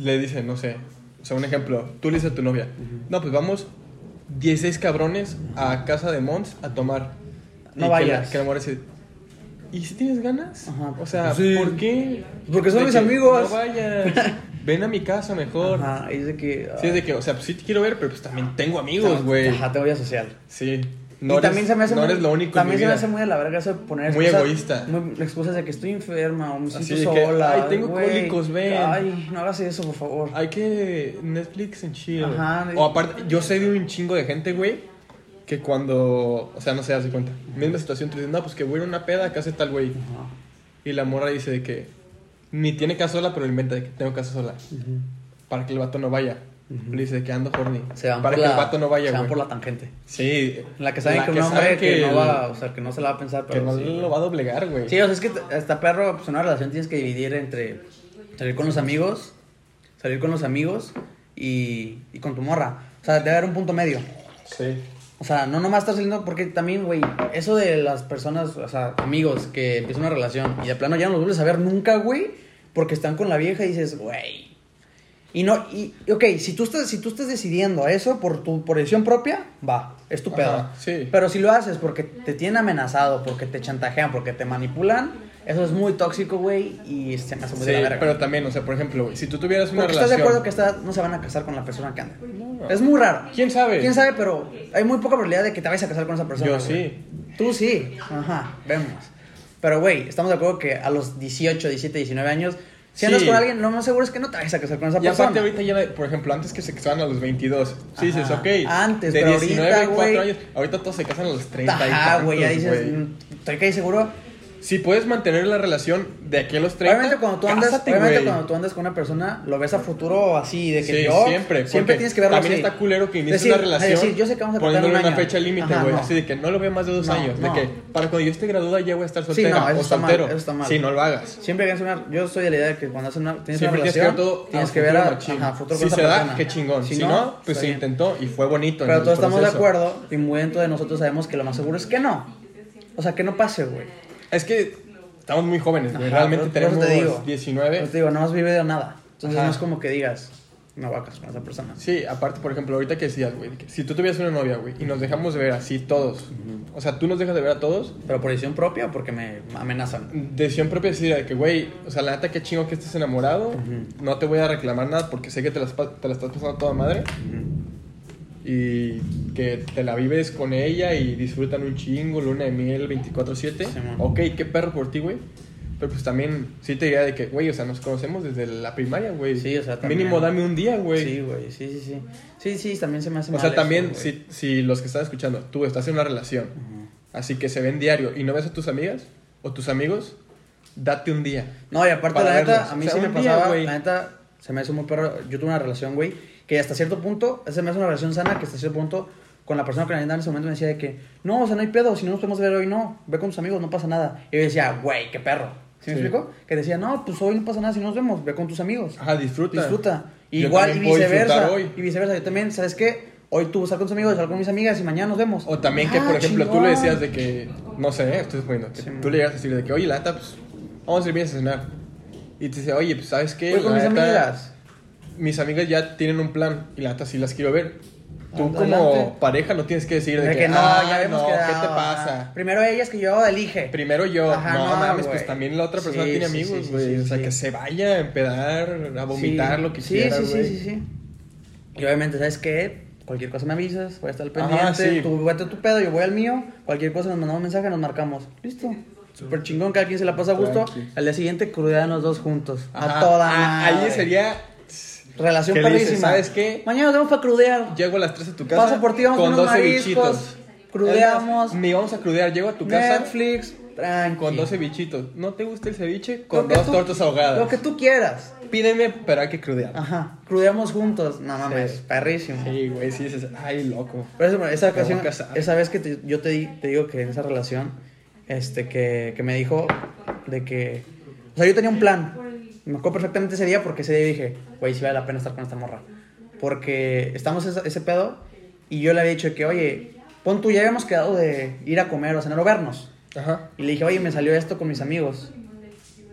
Speaker 1: le dicen, no sé. O sea, un ejemplo. Tú le dices a tu novia, no, pues vamos 16 cabrones a casa de Mons a tomar.
Speaker 2: No
Speaker 1: Y Que
Speaker 2: vayas.
Speaker 1: la, que la morra dice, ¿y si tienes ganas?
Speaker 2: Ajá.
Speaker 1: O sea,
Speaker 2: Sí.
Speaker 1: ¿por qué?
Speaker 2: Porque son
Speaker 1: De
Speaker 2: mis
Speaker 1: que,
Speaker 2: amigos.
Speaker 1: No vayas.
Speaker 2: *laughs*
Speaker 1: Ven a mi casa mejor.
Speaker 2: Ajá, y es de que...
Speaker 1: Sí, es de que, o sea, pues, sí te quiero ver, pero pues también tengo amigos,
Speaker 2: Ajá,
Speaker 1: güey.
Speaker 2: Ajá, te voy a social.
Speaker 1: Sí.
Speaker 2: y
Speaker 1: No
Speaker 2: también
Speaker 1: eres-
Speaker 2: se me hace
Speaker 1: no
Speaker 2: muy,
Speaker 1: eres lo único en
Speaker 2: También
Speaker 1: mi
Speaker 2: se me
Speaker 1: vida.
Speaker 2: hace muy de la verga eso de poner
Speaker 1: Muy
Speaker 2: excusas,
Speaker 1: egoísta.
Speaker 2: muy- excusas de que estoy enferma o me
Speaker 1: Así
Speaker 2: siento
Speaker 1: de que,
Speaker 2: sola.
Speaker 1: "Ay, tengo
Speaker 2: güey,
Speaker 1: cólicos, ven".
Speaker 2: Ay, no hagas eso, por favor.
Speaker 1: Hay que Netflix en chill.
Speaker 2: Ajá.
Speaker 1: O aparte, yo sé de un chingo de gente, güey, que cuando, o sea, no se hace cuenta. Misma situación, tú dices, no, pues que voy a ir a una peda que hace tal güey.
Speaker 2: Ajá.
Speaker 1: Y la morra dice de que ni tiene casa sola, pero inventa de que tengo casa sola. Para que el vato no vaya. Le dice que ando horny.
Speaker 2: Se van
Speaker 1: para
Speaker 2: por
Speaker 1: que
Speaker 2: la,
Speaker 1: el vato no vaya,
Speaker 2: Se van
Speaker 1: güey.
Speaker 2: por la tangente.
Speaker 1: Sí.
Speaker 2: La que saben que un hombre
Speaker 1: saben
Speaker 2: que, no
Speaker 1: el-
Speaker 2: va, o sea, que no se la va a pensar,
Speaker 1: que
Speaker 2: pero
Speaker 1: no
Speaker 2: sí,
Speaker 1: lo
Speaker 2: güey.
Speaker 1: va a doblegar, güey.
Speaker 2: Sí, o sea, es que t- hasta perro, pues en una relación tienes que dividir entre salir con los amigos, salir con los amigos y, y con tu morra. O sea, debe haber un punto medio.
Speaker 1: Sí.
Speaker 2: O sea, no nomás estar saliendo porque también, güey, eso de las personas, o sea, amigos que empiezan una relación y de plano ya no los vuelves a ver nunca, güey, porque están con la vieja y dices, güey. Y no, y, y, ok, si tú estás, si tú estás decidiendo eso por tu por decisión propia, va, es tu pedo.
Speaker 1: Ajá, sí.
Speaker 2: Pero si lo haces porque te tienen amenazado, porque te chantajean, porque te manipulan, eso es muy tóxico, güey, y se me hace muy
Speaker 1: Sí,
Speaker 2: de la verga.
Speaker 1: pero también, o sea, por ejemplo, güey, si tú tuvieras una
Speaker 2: porque
Speaker 1: relación.
Speaker 2: estás de acuerdo que está- no se van a casar con la persona que anda.
Speaker 1: No.
Speaker 2: Es muy raro.
Speaker 1: ¿Quién sabe?
Speaker 2: ¿Quién sabe? Pero hay muy poca probabilidad de que te vayas a casar con esa persona.
Speaker 1: Yo
Speaker 2: güey.
Speaker 1: sí.
Speaker 2: Tú sí. Ajá, vemos. Pero, güey, estamos de acuerdo que a los 18, 17, 19 años, si andas
Speaker 1: Sí.
Speaker 2: con alguien, lo más seguro es que no te vayas a casar con esa
Speaker 1: Y
Speaker 2: persona.
Speaker 1: aparte ahorita ya, por ejemplo, antes que se casaban a los 22, sí dices,
Speaker 2: Ajá.
Speaker 1: ok,
Speaker 2: Antes,
Speaker 1: de
Speaker 2: pero
Speaker 1: 19,
Speaker 2: ahorita, güey.
Speaker 1: años, ahorita todos se casan a los 30 y
Speaker 2: Ajá, güey, ya
Speaker 1: tantos,
Speaker 2: dices,
Speaker 1: güey.
Speaker 2: mm, estoy casi seguro.
Speaker 1: Si puedes mantener la relación de aquí a los 30,
Speaker 2: obviamente cuando tú andas,
Speaker 1: cásate,
Speaker 2: obviamente
Speaker 1: güey.
Speaker 2: cuando tú andas con una persona, lo ves a futuro así, de que
Speaker 1: Sí,
Speaker 2: yo
Speaker 1: siempre, porque
Speaker 2: siempre tienes que verlo
Speaker 1: También
Speaker 2: así.
Speaker 1: está culero que inicies
Speaker 2: Decir,
Speaker 1: una relación
Speaker 2: Es decir, yo sé que vamos a cortar en
Speaker 1: poniéndole
Speaker 2: un
Speaker 1: una
Speaker 2: año.
Speaker 1: fecha límite,
Speaker 2: Ajá,
Speaker 1: güey,
Speaker 2: no.
Speaker 1: así de que no lo veo más de dos
Speaker 2: No,
Speaker 1: años,
Speaker 2: no.
Speaker 1: de que para cuando yo esté graduada ya voy a estar
Speaker 2: Sí,
Speaker 1: soltera
Speaker 2: no, eso
Speaker 1: o
Speaker 2: está mal,
Speaker 1: soltero.
Speaker 2: eso está mal.
Speaker 1: Sí, no lo hagas.
Speaker 2: Siempre que hagas una, yo soy de la idea de que cuando haces una, tienes
Speaker 1: Siempre
Speaker 2: una
Speaker 1: tienes que ver
Speaker 2: relación,
Speaker 1: todo.
Speaker 2: tienes
Speaker 1: a
Speaker 2: que ver
Speaker 1: futuro
Speaker 2: a,
Speaker 1: machín.
Speaker 2: ajá, futuro
Speaker 1: Si
Speaker 2: con
Speaker 1: se
Speaker 2: esa
Speaker 1: da,
Speaker 2: persona.
Speaker 1: qué chingón. Si, no, pues
Speaker 2: está
Speaker 1: se
Speaker 2: bien.
Speaker 1: intentó y fue bonito. en
Speaker 2: Pero
Speaker 1: el
Speaker 2: todos estamos de
Speaker 1: proceso.
Speaker 2: acuerdo y muy dentro de nosotros sabemos que lo más seguro es que no. O sea, que no pase, güey.
Speaker 1: Es que estamos muy jóvenes, güey.
Speaker 2: Ajá,
Speaker 1: Pues Realmente
Speaker 2: por- por eso
Speaker 1: tenemos
Speaker 2: te digo. Pero
Speaker 1: 19.
Speaker 2: te digo, no has vivido nada. Entonces
Speaker 1: Ajá.
Speaker 2: no es como que digas, no va a casar con esa persona.
Speaker 1: Sí, aparte, por ejemplo, ahorita que decías, güey, que si tú tuvieras una novia, güey, y nos dejamos de ver así todos, o sea, tú nos dejas de ver a todos,
Speaker 2: Pero por decisión propia o porque me amenazan.
Speaker 1: decisión propia es decir, de que, güey, o sea, la neta, qué chingo que estés enamorado, no te voy a reclamar nada porque sé que te la, te la estás pasando toda madre y que te la vives con ella y disfrutan un chingo, luna de miel 24-7.
Speaker 2: Simón.
Speaker 1: ok, qué perro por ti, güey. Pero pues también, sí te diría de que, güey, o sea, nos conocemos desde la primaria, güey.
Speaker 2: Sí, o sea, también.
Speaker 1: Mínimo dame un día, güey.
Speaker 2: Sí, güey, sí, sí, sí. Sí, sí, también se me hace
Speaker 1: O sea,
Speaker 2: mal eso,
Speaker 1: también,
Speaker 2: güey.
Speaker 1: si, si los que están escuchando, tú estás en una relación, así que se ven diario y no ves a tus amigas o tus amigos, date un día.
Speaker 2: No, y aparte,
Speaker 1: para
Speaker 2: la
Speaker 1: verlos.
Speaker 2: neta, a mí
Speaker 1: O sea,
Speaker 2: sí me
Speaker 1: un día,
Speaker 2: pasaba,
Speaker 1: güey.
Speaker 2: la neta, se me hizo muy perro. Yo tuve una relación, güey, que hasta cierto punto, se me hace una relación sana, que hasta cierto punto, con la persona que la neta en ese momento me decía de que, no, o sea, no hay pedo, si no nos podemos ver hoy, no, ve con tus amigos, no pasa nada. Y yo decía, güey, qué perro. ¿Sí me
Speaker 1: Sí.
Speaker 2: explico? Que decía, no, pues hoy no pasa nada si no nos vemos, ve con tus amigos.
Speaker 1: Ajá, disfruta.
Speaker 2: Disfruta.
Speaker 1: Ah, Yo
Speaker 2: Igual y
Speaker 1: también puedo disfrutar
Speaker 2: viceversa.
Speaker 1: hoy.
Speaker 2: Y viceversa, yo también, ¿sabes qué? Hoy tú sal con tus amigos, sal con mis amigas y mañana nos vemos.
Speaker 1: O también que,
Speaker 2: Ah,
Speaker 1: por ejemplo, tú le
Speaker 2: chingón.
Speaker 1: decías de que, no sé, eh, estoy suponiendo, que
Speaker 2: Sí,
Speaker 1: tú
Speaker 2: man.
Speaker 1: le llegas a decir de que, oye, la neta, pues, vamos a ir bien a cenar. Y te dice, oye, pues, ¿sabes qué?
Speaker 2: Voy con
Speaker 1: La
Speaker 2: mis
Speaker 1: neta,
Speaker 2: amigas.
Speaker 1: Mis amigas ya tienen un plan y la neta sí las quiero ver. Tú
Speaker 2: Adelante.
Speaker 1: como pareja no tienes que decir de,
Speaker 2: De que no,
Speaker 1: "Ah,
Speaker 2: ya vemos
Speaker 1: no,
Speaker 2: que
Speaker 1: ¿qué te pasa?
Speaker 2: Primero ellas que yo elige.
Speaker 1: Primero yo,
Speaker 2: Ajá,
Speaker 1: no,
Speaker 2: no,
Speaker 1: mames, pues
Speaker 2: güey.
Speaker 1: también la otra persona
Speaker 2: Sí,
Speaker 1: tiene
Speaker 2: sí, sí,
Speaker 1: amigos,
Speaker 2: sí,
Speaker 1: güey.
Speaker 2: sí,
Speaker 1: o sea,
Speaker 2: sí.
Speaker 1: que se vaya a empedar, a vomitar,
Speaker 2: Sí.
Speaker 1: lo que
Speaker 2: sí,
Speaker 1: quiera,
Speaker 2: Sí,
Speaker 1: güey.
Speaker 2: sí, sí, sí. Y obviamente, ¿sabes qué? Cualquier cosa me avisas, voy a estar al
Speaker 1: Ajá,
Speaker 2: pendiente.
Speaker 1: sí.
Speaker 2: Tú vete a tu pedo, yo voy al mío. Cualquier cosa nos mandamos mensaje, nos marcamos. Listo. Súper chingón, cada quien se la pasa a gusto.
Speaker 1: Tranqui.
Speaker 2: Al día siguiente, crudean los dos juntos.
Speaker 1: Ajá.
Speaker 2: A toda
Speaker 1: Ah, Ahí
Speaker 2: madre.
Speaker 1: sería,
Speaker 2: Relación
Speaker 1: que dices,
Speaker 2: perrísima.
Speaker 1: ¿sabes qué?
Speaker 2: Mañana nos vamos para crudear.
Speaker 1: llego a las 3 a tu casa
Speaker 2: Paso por ti, vamos
Speaker 1: con
Speaker 2: con unos
Speaker 1: 12
Speaker 2: mariscos.
Speaker 1: bichitos.
Speaker 2: Crudeamos.
Speaker 1: Ni vamos a crudear, llego a tu casa
Speaker 2: Netflix, tranqui.
Speaker 1: con 12 bichitos. ¿No te gusta el ceviche?
Speaker 2: Lo
Speaker 1: Con
Speaker 2: que
Speaker 1: dos
Speaker 2: tú-
Speaker 1: tortas ahogadas.
Speaker 2: Lo que tú Ah. quieras.
Speaker 1: Pídeme, pero hay que crudear.
Speaker 2: Ajá, crudeamos juntos. No mames,
Speaker 1: Sí.
Speaker 2: perrísimo.
Speaker 1: Sí, güey, sí dices, ay, loco.
Speaker 2: Por eso, esa
Speaker 1: voy a
Speaker 2: ocasión,
Speaker 1: casar.
Speaker 2: esa vez que te- yo te, di- te digo que en esa relación, este, que, que me dijo de que. O sea, yo tenía un plan. Me acuerdo perfectamente ese día porque ese día dije, güey, si vale la pena estar con esta morra. Porque estamos esa- ese pedo y yo le había dicho que, oye, pon tú, ya habíamos quedado de ir a comer o a cenar o vernos.
Speaker 1: Ajá.
Speaker 2: Y le dije, oye, me salió esto con mis amigos.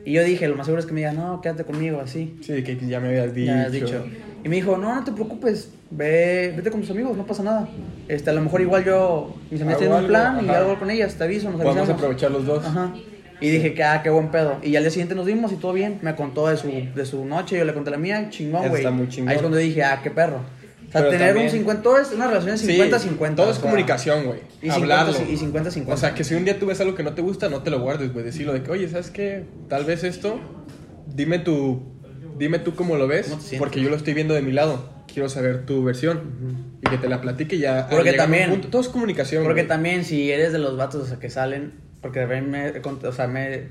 Speaker 2: Y yo dije, lo más seguro es que me diga, no, quédate conmigo, así.
Speaker 1: Sí, que ya me habías dicho.
Speaker 2: Ya has dicho. Y me dijo, no, no te preocupes, ve, vete con tus amigos, no pasa nada. Este, a lo mejor igual yo, mis
Speaker 1: Hago
Speaker 2: amigas tienen un
Speaker 1: algo,
Speaker 2: plan y
Speaker 1: ajá.
Speaker 2: algo con ellas, te aviso, nos
Speaker 1: Podemos
Speaker 2: avisamos.
Speaker 1: aprovechar los dos.
Speaker 2: Ajá. Y dije que, ah, qué buen pedo. Y al día siguiente nos vimos y todo bien. Me contó de su, de su noche, yo le conté la mía, chingón,
Speaker 1: Eso
Speaker 2: güey.
Speaker 1: está muy chingón.
Speaker 2: Ahí es cuando dije, ah, qué perro. O sea,
Speaker 1: Pero
Speaker 2: tener
Speaker 1: también-
Speaker 2: un 50, todo es una relación
Speaker 1: Sí,
Speaker 2: de 50-50.
Speaker 1: Todo es
Speaker 2: o sea,
Speaker 1: comunicación, güey.
Speaker 2: Y 50,
Speaker 1: Hablarlo.
Speaker 2: y 50-50.
Speaker 1: O sea, que si un día tú ves algo que no te gusta, no te lo guardes, güey. Decirlo de que, oye, ¿sabes qué? Tal vez esto, dime tú, dime tú cómo lo ves,
Speaker 2: ¿Cómo te sientes?
Speaker 1: porque yo lo estoy viendo de mi lado. Quiero saber tu versión y que te la platique y ya.
Speaker 2: Porque
Speaker 1: llegar a un
Speaker 2: también-
Speaker 1: punto- Todo es comunicación,
Speaker 2: Porque
Speaker 1: güey.
Speaker 2: también si eres de los vatos o sea, que salen, porque también me, he cont- o sea, me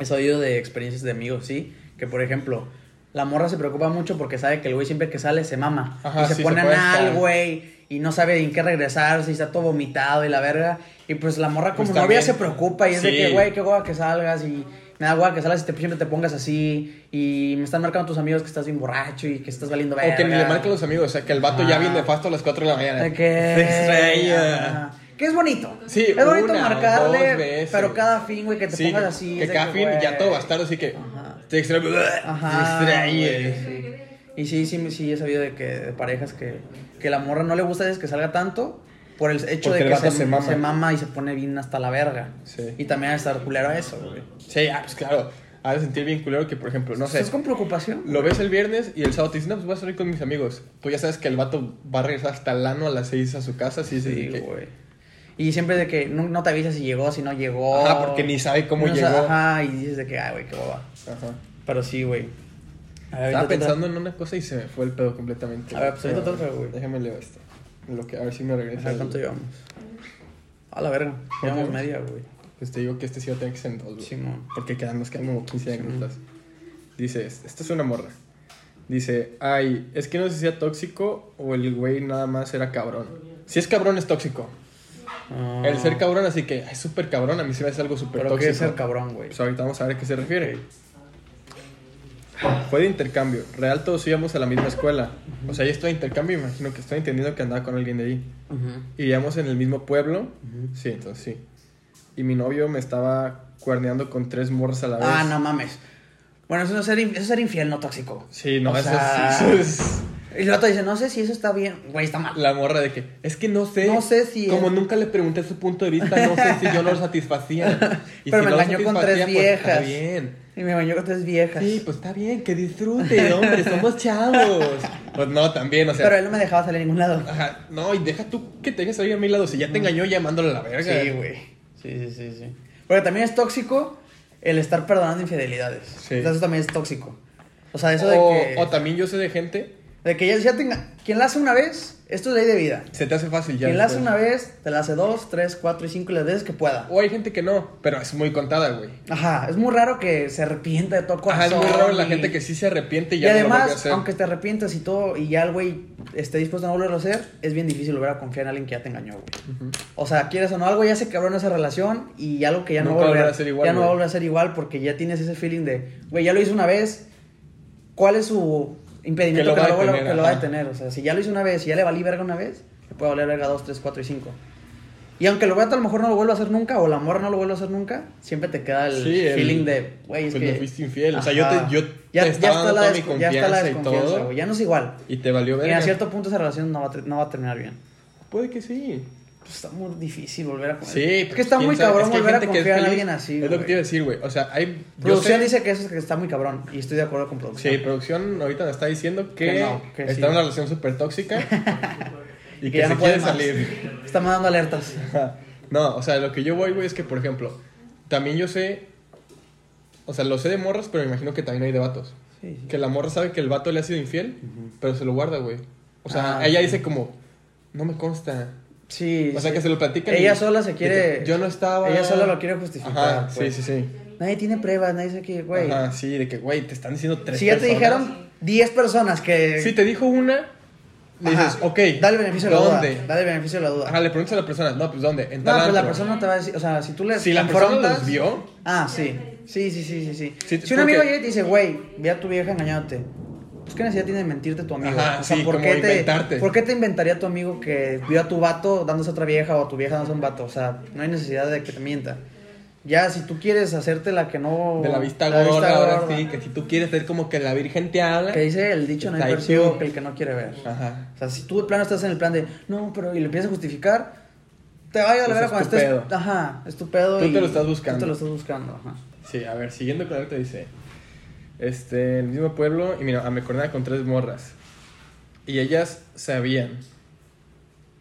Speaker 2: he sabido de experiencias de amigos, ¿sí? Que por ejemplo, la morra se preocupa mucho porque sabe que el güey siempre que sale se mama.
Speaker 1: Ajá,
Speaker 2: y se
Speaker 1: sí,
Speaker 2: pone
Speaker 1: se puede
Speaker 2: anal,
Speaker 1: estar.
Speaker 2: güey. Y no sabe en qué regresar, si está todo vomitado y la verga. Y pues la morra como
Speaker 1: Pues
Speaker 2: novia
Speaker 1: también.
Speaker 2: se preocupa y es de
Speaker 1: Sí.
Speaker 2: que, güey, qué guay que salgas y me da guay que salgas y te, siempre te pongas así. Y me están marcando tus amigos que estás bien borracho y que estás valiendo verga.
Speaker 1: O que ni le marquen los amigos, o sea, que el vato ya
Speaker 2: Ah.
Speaker 1: viene nefasto a las 4 de la mañana.
Speaker 2: *laughs* De
Speaker 1: *laughs*
Speaker 2: que...
Speaker 1: Se estrella.
Speaker 2: Ajá. Que es bonito.
Speaker 1: eh. Sí,
Speaker 2: es bonito
Speaker 1: una o
Speaker 2: marcarle,
Speaker 1: dos veces.
Speaker 2: pero cada fin, güey, que te
Speaker 1: Sí,
Speaker 2: pongas así. es
Speaker 1: que
Speaker 2: de
Speaker 1: cada fin
Speaker 2: güey.
Speaker 1: ya todo bastardo, así que
Speaker 2: Ajá.
Speaker 1: te extraño.
Speaker 2: Ajá,
Speaker 1: Te extraño.
Speaker 2: güey, sí. Y sí, sí, sí, he sabido de que de parejas que, que la morra no le gusta es que salga tanto por el hecho
Speaker 1: Porque el
Speaker 2: de que
Speaker 1: vato
Speaker 2: se,
Speaker 1: se mama.
Speaker 2: se mama y se pone bien hasta la verga.
Speaker 1: Sí.
Speaker 2: Y también a estar culero a eso, güey.
Speaker 1: Sí, ah, pues claro. Ha de sentir bien culero que, por ejemplo, no sé.
Speaker 2: ¿Estás con preocupación?
Speaker 1: Lo ves el viernes y el sábado te dicen, no, pues voy a salir con mis amigos. Tú ya sabes que el vato va a regresar hasta el ano a las 6 a su casa, sí, sí.
Speaker 2: Sí,
Speaker 1: que...
Speaker 2: güey. Y siempre de que no, no te avisas si llegó, si no llegó.
Speaker 1: Ajá, porque ni sabe cómo
Speaker 2: No sa-
Speaker 1: llegó.
Speaker 2: Ajá, y dices de que, ay, güey, qué boba.
Speaker 1: Ajá.
Speaker 2: Pero sí, güey. A ver,
Speaker 1: Estaba
Speaker 2: ahorita te-
Speaker 1: pensando en una cosa y se me fue el pedo completamente.
Speaker 2: A ver, pues, ahorita te otra, güey.
Speaker 1: Déjame leer esto. En Lo que, a ver si me
Speaker 2: A
Speaker 1: regresa.
Speaker 2: ver, ¿cuánto
Speaker 1: el-
Speaker 2: llevamos? A la verga. Llevamos
Speaker 1: llevamos?
Speaker 2: media, güey.
Speaker 1: Pues te digo que este sí va a tener que ser en dos, güey.
Speaker 2: Simón.
Speaker 1: Porque quedan, nos quedan como 15 anécdotas. Dice, este- esta es una morra. Dice, ay, es que no sé si sea tóxico o el güey nada más era cabrón. Si es cabrón es tóxico.
Speaker 2: Ah,
Speaker 1: El ser cabrón, así que es súper cabrón, a mí se me hace algo súper
Speaker 2: Pero
Speaker 1: tóxico.
Speaker 2: qué es ser cabrón, güey.
Speaker 1: Pues ahorita vamos a ver a qué se refiere. Fue de intercambio. Real todos íbamos a la misma escuela. O sea, yo estoy de intercambio, imagino que estoy entendiendo que andaba con alguien de ahí.
Speaker 2: Ujú.
Speaker 1: Iríamos en el mismo pueblo. Sí, entonces sí. Y mi novio me estaba cuerneando con tres morras a la vez.
Speaker 2: Ah, no mames. Bueno, eso, no es ser, in- eso es ser infiel, no tóxico.
Speaker 1: Sí, no,
Speaker 2: O
Speaker 1: eso,
Speaker 2: sea,
Speaker 1: es, eso es-
Speaker 2: Y el otro dice, no sé si eso está bien. Güey, está mal.
Speaker 1: La morra de que, es que no sé.
Speaker 2: No sé si
Speaker 1: Como
Speaker 2: es-
Speaker 1: nunca le pregunté su punto de vista, no sé si yo lo
Speaker 2: *laughs*
Speaker 1: satisfacía.
Speaker 2: Pero me
Speaker 1: no lo
Speaker 2: engañó con tres
Speaker 1: satisfacía, pues,
Speaker 2: viejas.
Speaker 1: está bien.
Speaker 2: Y me bañó con tres viejas.
Speaker 1: Sí, pues está bien, que disfrute, hombre, somos chavos. Pues no, también, o sea.
Speaker 2: Pero él no me dejaba salir a ningún lado.
Speaker 1: Ajá, no, y deja tú que te dejes salir a mi lado. Si ya te engañó llamándole a la verga.
Speaker 2: Sí, güey. Sí, sí, sí, sí. Porque también es tóxico el estar perdonando infidelidades.
Speaker 1: Sí.
Speaker 2: Entonces, Eso también es tóxico. O sea, eso
Speaker 1: O,
Speaker 2: de que...
Speaker 1: o también yo sé de gente,
Speaker 2: De que ya, ya tenga... Quien la hace una vez, esto es ley de vida.
Speaker 1: se te hace fácil ya.
Speaker 2: Quien la hace
Speaker 1: después.
Speaker 2: una vez, te la hace dos, tres, cuatro y cinco las veces que pueda.
Speaker 1: O hay gente que no, pero es muy contada, güey.
Speaker 2: Ajá, es muy raro que se arrepienta de todo corazón.
Speaker 1: Ajá, es muy raro la
Speaker 2: y-
Speaker 1: gente que sí se arrepiente y
Speaker 2: Y,
Speaker 1: ya no lo vuelve a
Speaker 2: además,
Speaker 1: hacer.
Speaker 2: aunque te arrepientas y todo, y ya el güey esté dispuesto a no volverlo a hacer, es bien difícil volver a confiar en alguien que ya te engañó, güey. O sea, quieres o no, algo ya se quebró en esa relación y algo que ya no
Speaker 1: Nunca
Speaker 2: va a volver
Speaker 1: volverá a ser igual,
Speaker 2: Ya no va a
Speaker 1: güey.
Speaker 2: volver a ser igual porque ya tienes ese feeling de, güey, ya lo hice una vez, ¿cuál es su impedimento
Speaker 1: Que
Speaker 2: que
Speaker 1: lo
Speaker 2: lo,
Speaker 1: va a
Speaker 2: vuelva-
Speaker 1: detener,
Speaker 2: que lo va a
Speaker 1: ajá.
Speaker 2: detener? O sea, si ya lo hice una vez, si ya le valí verga una vez, le puede valer verga dos, tres, cuatro y cinco. Y aunque lo vea, a lo mejor no lo vuelva a hacer nunca, o la morra no lo vuelva a hacer nunca, siempre te queda el
Speaker 1: Sí, el-
Speaker 2: feeling de, güey, es
Speaker 1: pues
Speaker 2: que.
Speaker 1: me fuiste infiel. O sea, yo
Speaker 2: Ajá.
Speaker 1: te- yo te estaba dando toda mi
Speaker 2: desco- ya está
Speaker 1: confianza
Speaker 2: la
Speaker 1: y
Speaker 2: desconfianza,
Speaker 1: todo.
Speaker 2: güey, Ya no es igual.
Speaker 1: Y te valió
Speaker 2: Y
Speaker 1: verga.
Speaker 2: a cierto punto esa relación no va a, ter- no va a terminar bien.
Speaker 1: Puede que sí.
Speaker 2: Pues está muy difícil volver a
Speaker 1: Sí.
Speaker 2: confiar. Es que
Speaker 1: pues,
Speaker 2: está
Speaker 1: quién
Speaker 2: muy
Speaker 1: sabe.
Speaker 2: cabrón
Speaker 1: Es que hay
Speaker 2: volver a
Speaker 1: gente que es
Speaker 2: confiar en
Speaker 1: feliz.
Speaker 2: alguien así.
Speaker 1: Es lo que te
Speaker 2: güey.
Speaker 1: iba a decir, güey. O sea, hay. yo
Speaker 2: Producción
Speaker 1: sé-
Speaker 2: dice que eso es que está muy cabrón. Y estoy de acuerdo con producción.
Speaker 1: Sí, producción ahorita nos está diciendo que,
Speaker 2: Que no, que
Speaker 1: está
Speaker 2: sí.
Speaker 1: en una relación súper
Speaker 2: *laughs*
Speaker 1: tóxica y que,
Speaker 2: ya
Speaker 1: se
Speaker 2: no
Speaker 1: quiere
Speaker 2: puede más.
Speaker 1: salir.
Speaker 2: Está mandando alertas.
Speaker 1: no, o sea, lo que yo voy, güey, es que, por ejemplo, también yo sé, o sea, lo sé de morras, pero me imagino que también hay de vatos.
Speaker 2: Sí, sí.
Speaker 1: Que la morra sabe que el vato le ha sido infiel, pero se lo guarda, güey. O sea,
Speaker 2: Ah,
Speaker 1: ella
Speaker 2: ok.
Speaker 1: dice como, no me consta.
Speaker 2: Sí,
Speaker 1: O sea,
Speaker 2: sí.
Speaker 1: que se lo platican. y-
Speaker 2: Ella sola se quiere.
Speaker 1: Yo no estaba...
Speaker 2: Ella sola lo quiere justificar.
Speaker 1: Ajá, sí,
Speaker 2: pues.
Speaker 1: sí, sí.
Speaker 2: Nadie tiene pruebas, nadie dice que, güey.
Speaker 1: Ajá, sí, de que, güey, te están diciendo tres
Speaker 2: Si ya te
Speaker 1: personas.
Speaker 2: dijeron 10 personas que.
Speaker 1: Si te dijo una, le
Speaker 2: Ajá,
Speaker 1: dices, ok.
Speaker 2: Dale beneficio a la
Speaker 1: ¿dónde?
Speaker 2: duda. Dale beneficio a la duda.
Speaker 1: Ajá, le preguntas a la persona, no, pues ¿dónde? En
Speaker 2: No,
Speaker 1: tal
Speaker 2: pues la
Speaker 1: antro.
Speaker 2: persona te va a decir, o sea, si tú le
Speaker 1: Si la persona los vio,
Speaker 2: Ah, sí. Sí, sí, sí, sí, sí.
Speaker 1: Sí,
Speaker 2: si un
Speaker 1: porque-
Speaker 2: amigo llega y te dice, güey, ve a tu vieja engañándote. Pues qué necesidad tiene de mentirte tu amigo.
Speaker 1: Ajá, sí, como
Speaker 2: te,
Speaker 1: inventarte.
Speaker 2: ¿Por qué te inventaría tu amigo que vio a tu vato dándose a otra vieja o a tu vieja dándose a un vato? O sea, no hay necesidad de que te mienta. Ya, si tú quieres hacerte la que no.
Speaker 1: de la vista
Speaker 2: la
Speaker 1: gorda, ahora
Speaker 2: gorda,
Speaker 1: sí, que si tú quieres ser como que la virgen te habla.
Speaker 2: Que dice el dicho no
Speaker 1: Está
Speaker 2: hay
Speaker 1: ahí
Speaker 2: percibo
Speaker 1: tú.
Speaker 2: que el que no quiere ver.
Speaker 1: Ajá.
Speaker 2: O sea, si tú de plano estás en el plan de, no, pero y lo empiezas a justificar, te vaya a la
Speaker 1: Pues
Speaker 2: verga
Speaker 1: es
Speaker 2: cuando
Speaker 1: tu
Speaker 2: estés.
Speaker 1: pedo.
Speaker 2: Ajá, es tu pedo.
Speaker 1: Tú
Speaker 2: y
Speaker 1: te lo estás buscando.
Speaker 2: Tú te lo estás buscando, ajá.
Speaker 1: Sí, a ver, siguiendo con lo que te dice. Este, el mismo pueblo, y mira, ah, me coordinaba con tres morras. Y ellas sabían.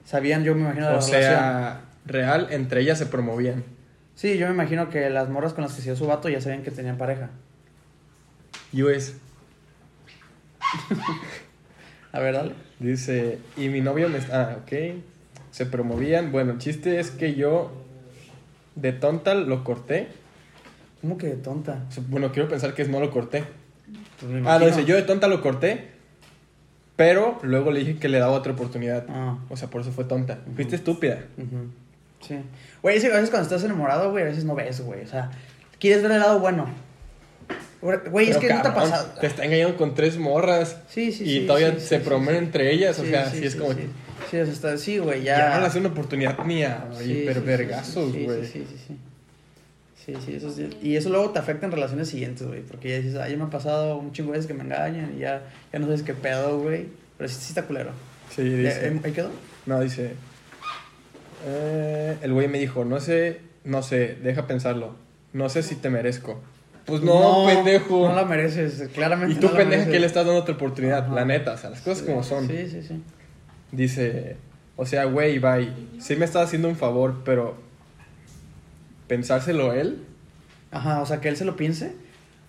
Speaker 2: Sabían, yo me imagino, de la
Speaker 1: O
Speaker 2: relación.
Speaker 1: sea, real, entre ellas se promovían.
Speaker 2: Sí, yo me imagino que las morras con las que se dio su vato ya sabían que tenían pareja.
Speaker 1: Y es,
Speaker 2: A ver, dale.
Speaker 1: dice, y mi novio me... Ah, ok. Se promovían. Bueno, el chiste es que yo de tonta lo corté.
Speaker 2: ¿Cómo que tonta?
Speaker 1: Bueno, quiero pensar que es no lo corté.
Speaker 2: Pues me
Speaker 1: Ah, no,
Speaker 2: imagino.
Speaker 1: dice, yo de tonta lo corté, pero luego le dije que le daba otra oportunidad.
Speaker 2: Ah.
Speaker 1: O sea, por eso fue tonta. Fuiste estúpida.
Speaker 2: Ujú. Sí. Güey, es que a veces cuando estás enamorado, güey, a veces no ves, güey. O sea, quieres ver el lado bueno. Güey, es
Speaker 1: Pero,
Speaker 2: que no te ha
Speaker 1: cabrón,
Speaker 2: pasado.
Speaker 1: Te está engañando con tres morras.
Speaker 2: Sí, sí,
Speaker 1: y
Speaker 2: sí,
Speaker 1: todavía
Speaker 2: sí,
Speaker 1: se
Speaker 2: sí,
Speaker 1: promueven entre ellas. o
Speaker 2: Sí,
Speaker 1: sea, sí,
Speaker 2: sí,
Speaker 1: es
Speaker 2: sí,
Speaker 1: como.
Speaker 2: Sí, Sí, o sea, está- sí, güey, ya.
Speaker 1: Ya no le hace una oportunidad ni a
Speaker 2: Sí, sí, sí,
Speaker 1: hipervergazos,
Speaker 2: sí, sí,
Speaker 1: güey.
Speaker 2: Sí, sí, sí. Sí, sí, eso sí. Y eso luego te afecta en relaciones siguientes, güey. Porque ya dices, ay, ya me ha pasado un chingo de veces que me engañan y ya, ya no sabes qué pedo, güey. Pero sí, sí está culero.
Speaker 1: Sí,
Speaker 2: Ya,
Speaker 1: dice.
Speaker 2: ¿Ahí ahí quedó?
Speaker 1: No, dice. eh, el güey me dijo, no sé, no sé, deja pensarlo. No sé si te merezco. Pues no, pendejo.
Speaker 2: No la mereces, claramente.
Speaker 1: y tú,
Speaker 2: no la
Speaker 1: pendeja,
Speaker 2: mereces.
Speaker 1: que le estás dando otra oportunidad.
Speaker 2: Ajá.
Speaker 1: La neta, o sea, las cosas
Speaker 2: Sí,
Speaker 1: como son.
Speaker 2: Sí, sí, sí.
Speaker 1: Dice, o sea, güey, bye. Sí me estás haciendo un favor, pero. Pensárselo él.
Speaker 2: Ajá, o sea, que él se lo piense.